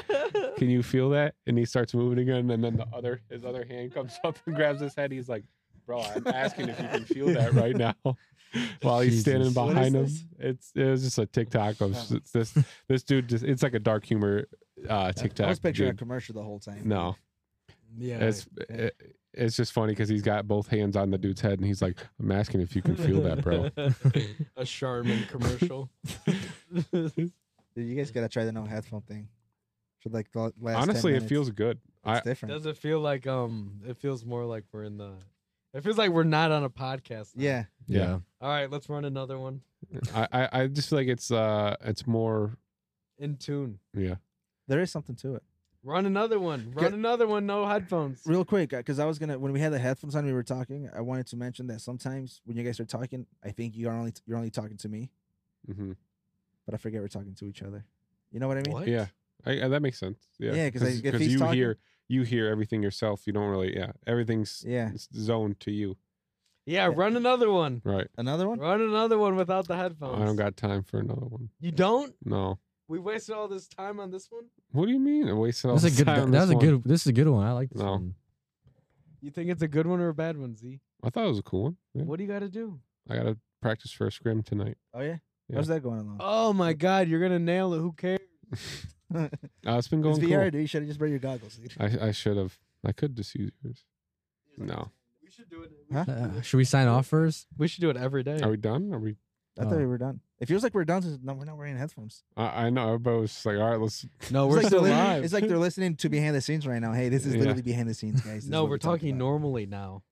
Can you feel that? And he starts moving again, and then the other his other hand comes up and grabs his head. He's like, bro, I'm asking if you can feel that right now. While he's standing Jesus. What is behind him, this? it's it was just a TikTok of s- it's this this dude. Just it's like a dark humor uh, TikTok. I was picturing a dude. commercial the whole time. No, Yeah. it's it, it's just funny because he's got both hands on the dude's head, and he's like, "I'm asking if you can feel that, bro." a Charmin commercial. Dude, you guys gotta try the no headphone thing. For like the last. 10 Honestly, it minutes. feels good. It's I different. Does it feel like um it feels more like we're in the it feels like we're not on a podcast. now. yeah. Yeah. All right, let's run another one. I, I I just feel like it's uh it's more In tune. yeah There is something to it. Run another one. Run Get- another one, no headphones. Real quick, because I was gonna when we had the headphones on, we were talking. I wanted to mention that sometimes when you guys are talking, I think you are only you're only talking to me, hmm but I forget we're talking to each other. You know what I mean? What? yeah I, I, that makes sense yeah Yeah, 'cause I- if he's you talking- hear you hear everything yourself you don't really yeah everything's Yeah. it's zoned to you Yeah, Yeah. run another one. right Another one? Run another one without the Oh, headphones. I don't got time for another one You don't? no We wasted all this time on this one? what do you mean I wasted all That's a this good. time on That's a this one? good. This is a good one. I like this No. one. You think it's a good one or a bad one, Z? I thought it was a cool one yeah. What do you got to do? I gotta practice for a scrim tonight Oh yeah. Yeah. How's that going along? Oh my God, you're going to nail it. Who cares? uh, it's been it's going VR, cool dude. You should have just brought your goggles. Dude. I I should have I could just use yours no We should do it. Huh? Uh, should we sign off first? We should do it every day. are we done are we I thought Oh. we were done. It feels like we're done. Since no, we're not wearing headphones. I, I know everybody was just like all right let's No, It's Oh, we're like still they're li- live. It's like they're listening to behind the scenes right now. Hey, this is Yeah. literally behind the scenes, guys. This is no, what we're talked talking about. normally now.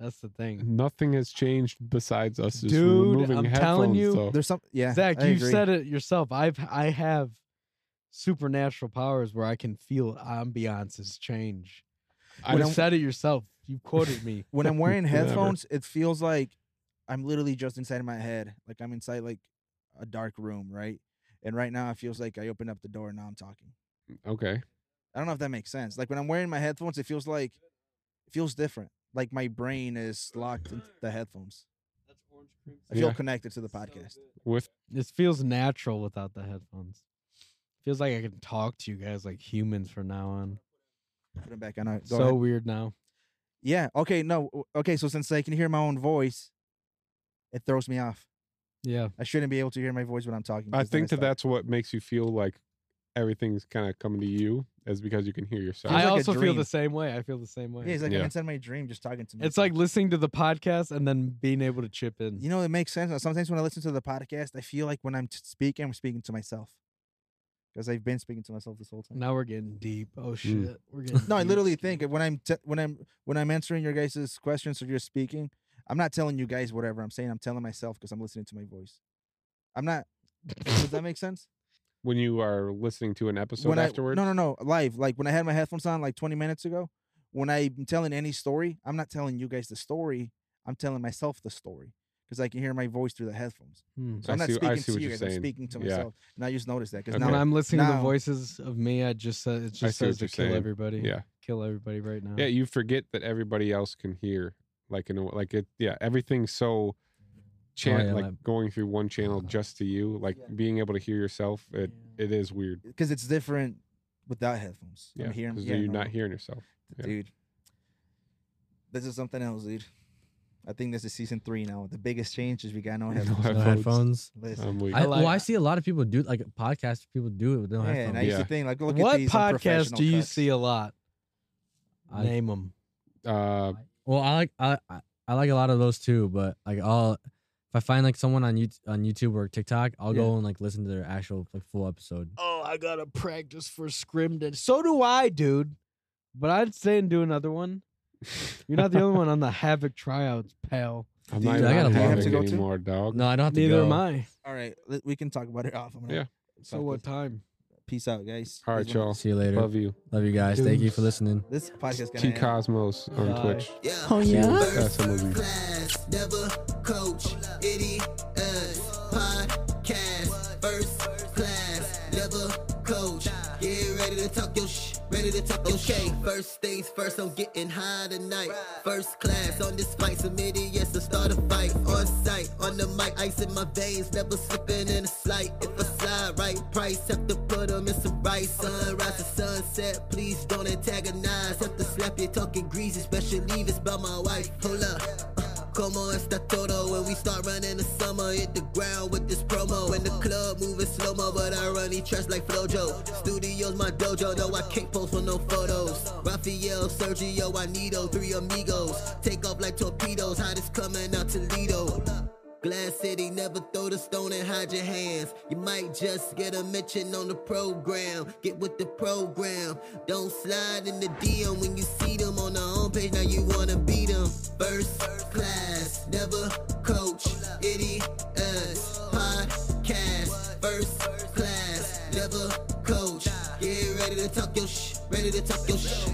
That's the thing. Nothing has changed besides us just Dude, removing I'm headphones. telling you, though. There's some yeah. Zach, I you agree. said it yourself. I've I have supernatural powers where I can feel ambiances change. I You don't- said it yourself. You quoted me. when I'm wearing Whatever. headphones, it feels like I'm literally just inside of my head. Like I'm inside like a dark room, right? And right now it feels like I opened up the door and now I'm talking. okay. I don't know if that makes sense. Like when I'm wearing my headphones, it feels like it feels different. Like my brain is locked into the headphones. I feel Yeah. connected to the podcast. With This feels natural without the headphones. Feels like I can talk to you guys like humans from now on. Put it back on. All right, Go so ahead. weird now. yeah. Okay. No. w- Okay. So since I can hear my own voice, it throws me off. Yeah. I shouldn't be able to hear my voice when I'm talking. I 'cause then think that stop. that's what makes you feel like everything's kind of coming to you is because you can hear yourself. Feels I like a also feel dream. the same way. I feel the same way. Yeah, it's like Yeah. I'm inside my dream, just talking to me. it's like listening to the podcast and then being able to chip in. You know, it makes sense. uh, Sometimes when I listen to the podcast, I feel like when I'm t- speaking, I'm speaking to myself because I've been speaking to myself this whole time. Now we're getting deep. Oh shit. We're getting Mm. No, I deep. literally think when I'm t- when I'm when I'm answering your guys' questions or you're speaking, I'm not telling you guys whatever I'm saying. I'm telling myself because I'm listening to my voice. I'm not. does that make sense? when you are listening to an episode when afterwards. I, no, no, no, live. Like when I had my headphones on, like 20 minutes ago. When I'm telling any story, I'm not telling you guys the story. I'm telling myself the story because I can hear my voice through the headphones. Hmm. So I I'm not see- I speaking see to you what you're guys. I'm saying. speaking to Yeah. myself, and I just noticed that because Okay. When now I'm listening to the now- voices of me, I just said it just see what says to you're kill saying. everybody. Yeah. Kill everybody right now. Yeah, you forget that everybody else can hear. Like in a, like it yeah, everything's so chan yeah, like like- going through one channel just to you, like being able to hear yourself, it it is weird. because it's different without headphones. Yeah. I'm hearing, 'cause yeah, you're no, not no. hearing yourself. yeah. dude. This is something else, dude. I think this is season three now. The biggest change is we got no headphones. No headphones. headphones. Listen. I'm weak. I, like- well, I see a lot of people do like podcasts. People do it with no yeah, headphones. and I used Yeah. to think like, look at What these podcast unprofessional do you cuts. see a lot? I- Name them. uh Well, I like I I- I like a lot of those too, but like I'll if I find like someone on you on YouTube or TikTok, I'll go and like listen to their actual like full episode. Oh, I gotta practice for Scrimden. So do I, dude. But I'd say and do another one. You're not the only one on the Havoc tryouts, pal. I'm Do not you- I even gotta do on you have Havoc to go to? anymore, dog. No, I don't have to Neither go. am I. All right, let- we can talk about it off. I'm gonna Yeah. So talk what this- time? Peace out, guys. All right, These ones- y'all. See you later. Love you. Love you guys. Thank you for listening. This podcast T gonna end. Cosmos on Bye. Twitch. Yeah. Oh, yeah? That's a movie. Class, never coach, idiot. Podcast, first class, never coach. Get ready to talk your sh, ready to talk your okay. First things first, I'm getting high tonight. First class on this flight, some idiots to start a fight. On site, on the mic, ice in my veins, never slipping in a slight. If I slide right, price have to put 'em in some rice. Sunrise to sunset, please don't antagonize. Have to slap you talking greasy, especially if it's by my wife. Hold up. uh, Como esta todo when we start running the summer hit the ground with this promo in the club moving slow mo but I run these tracks like Flojo studios my dojo though I can't post for no photos Raphael Sergio I need those three amigos take off like torpedoes how this coming out Toledo Glass City, never throw the stone and hide your hands. You might just get a mention on the program. Get with the program. Don't slide in the DM when you see them on the homepage. Now you wanna beat them. First class, never coach. Idiots. Podcast. First class, never coach. Get ready to talk your sh, ready to talk your sh.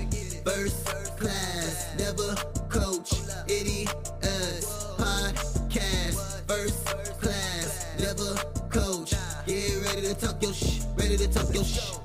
First class, never coach. Idiots. Podcast, first class, never coach. Get ready to talk your sh, ready to talk your sh.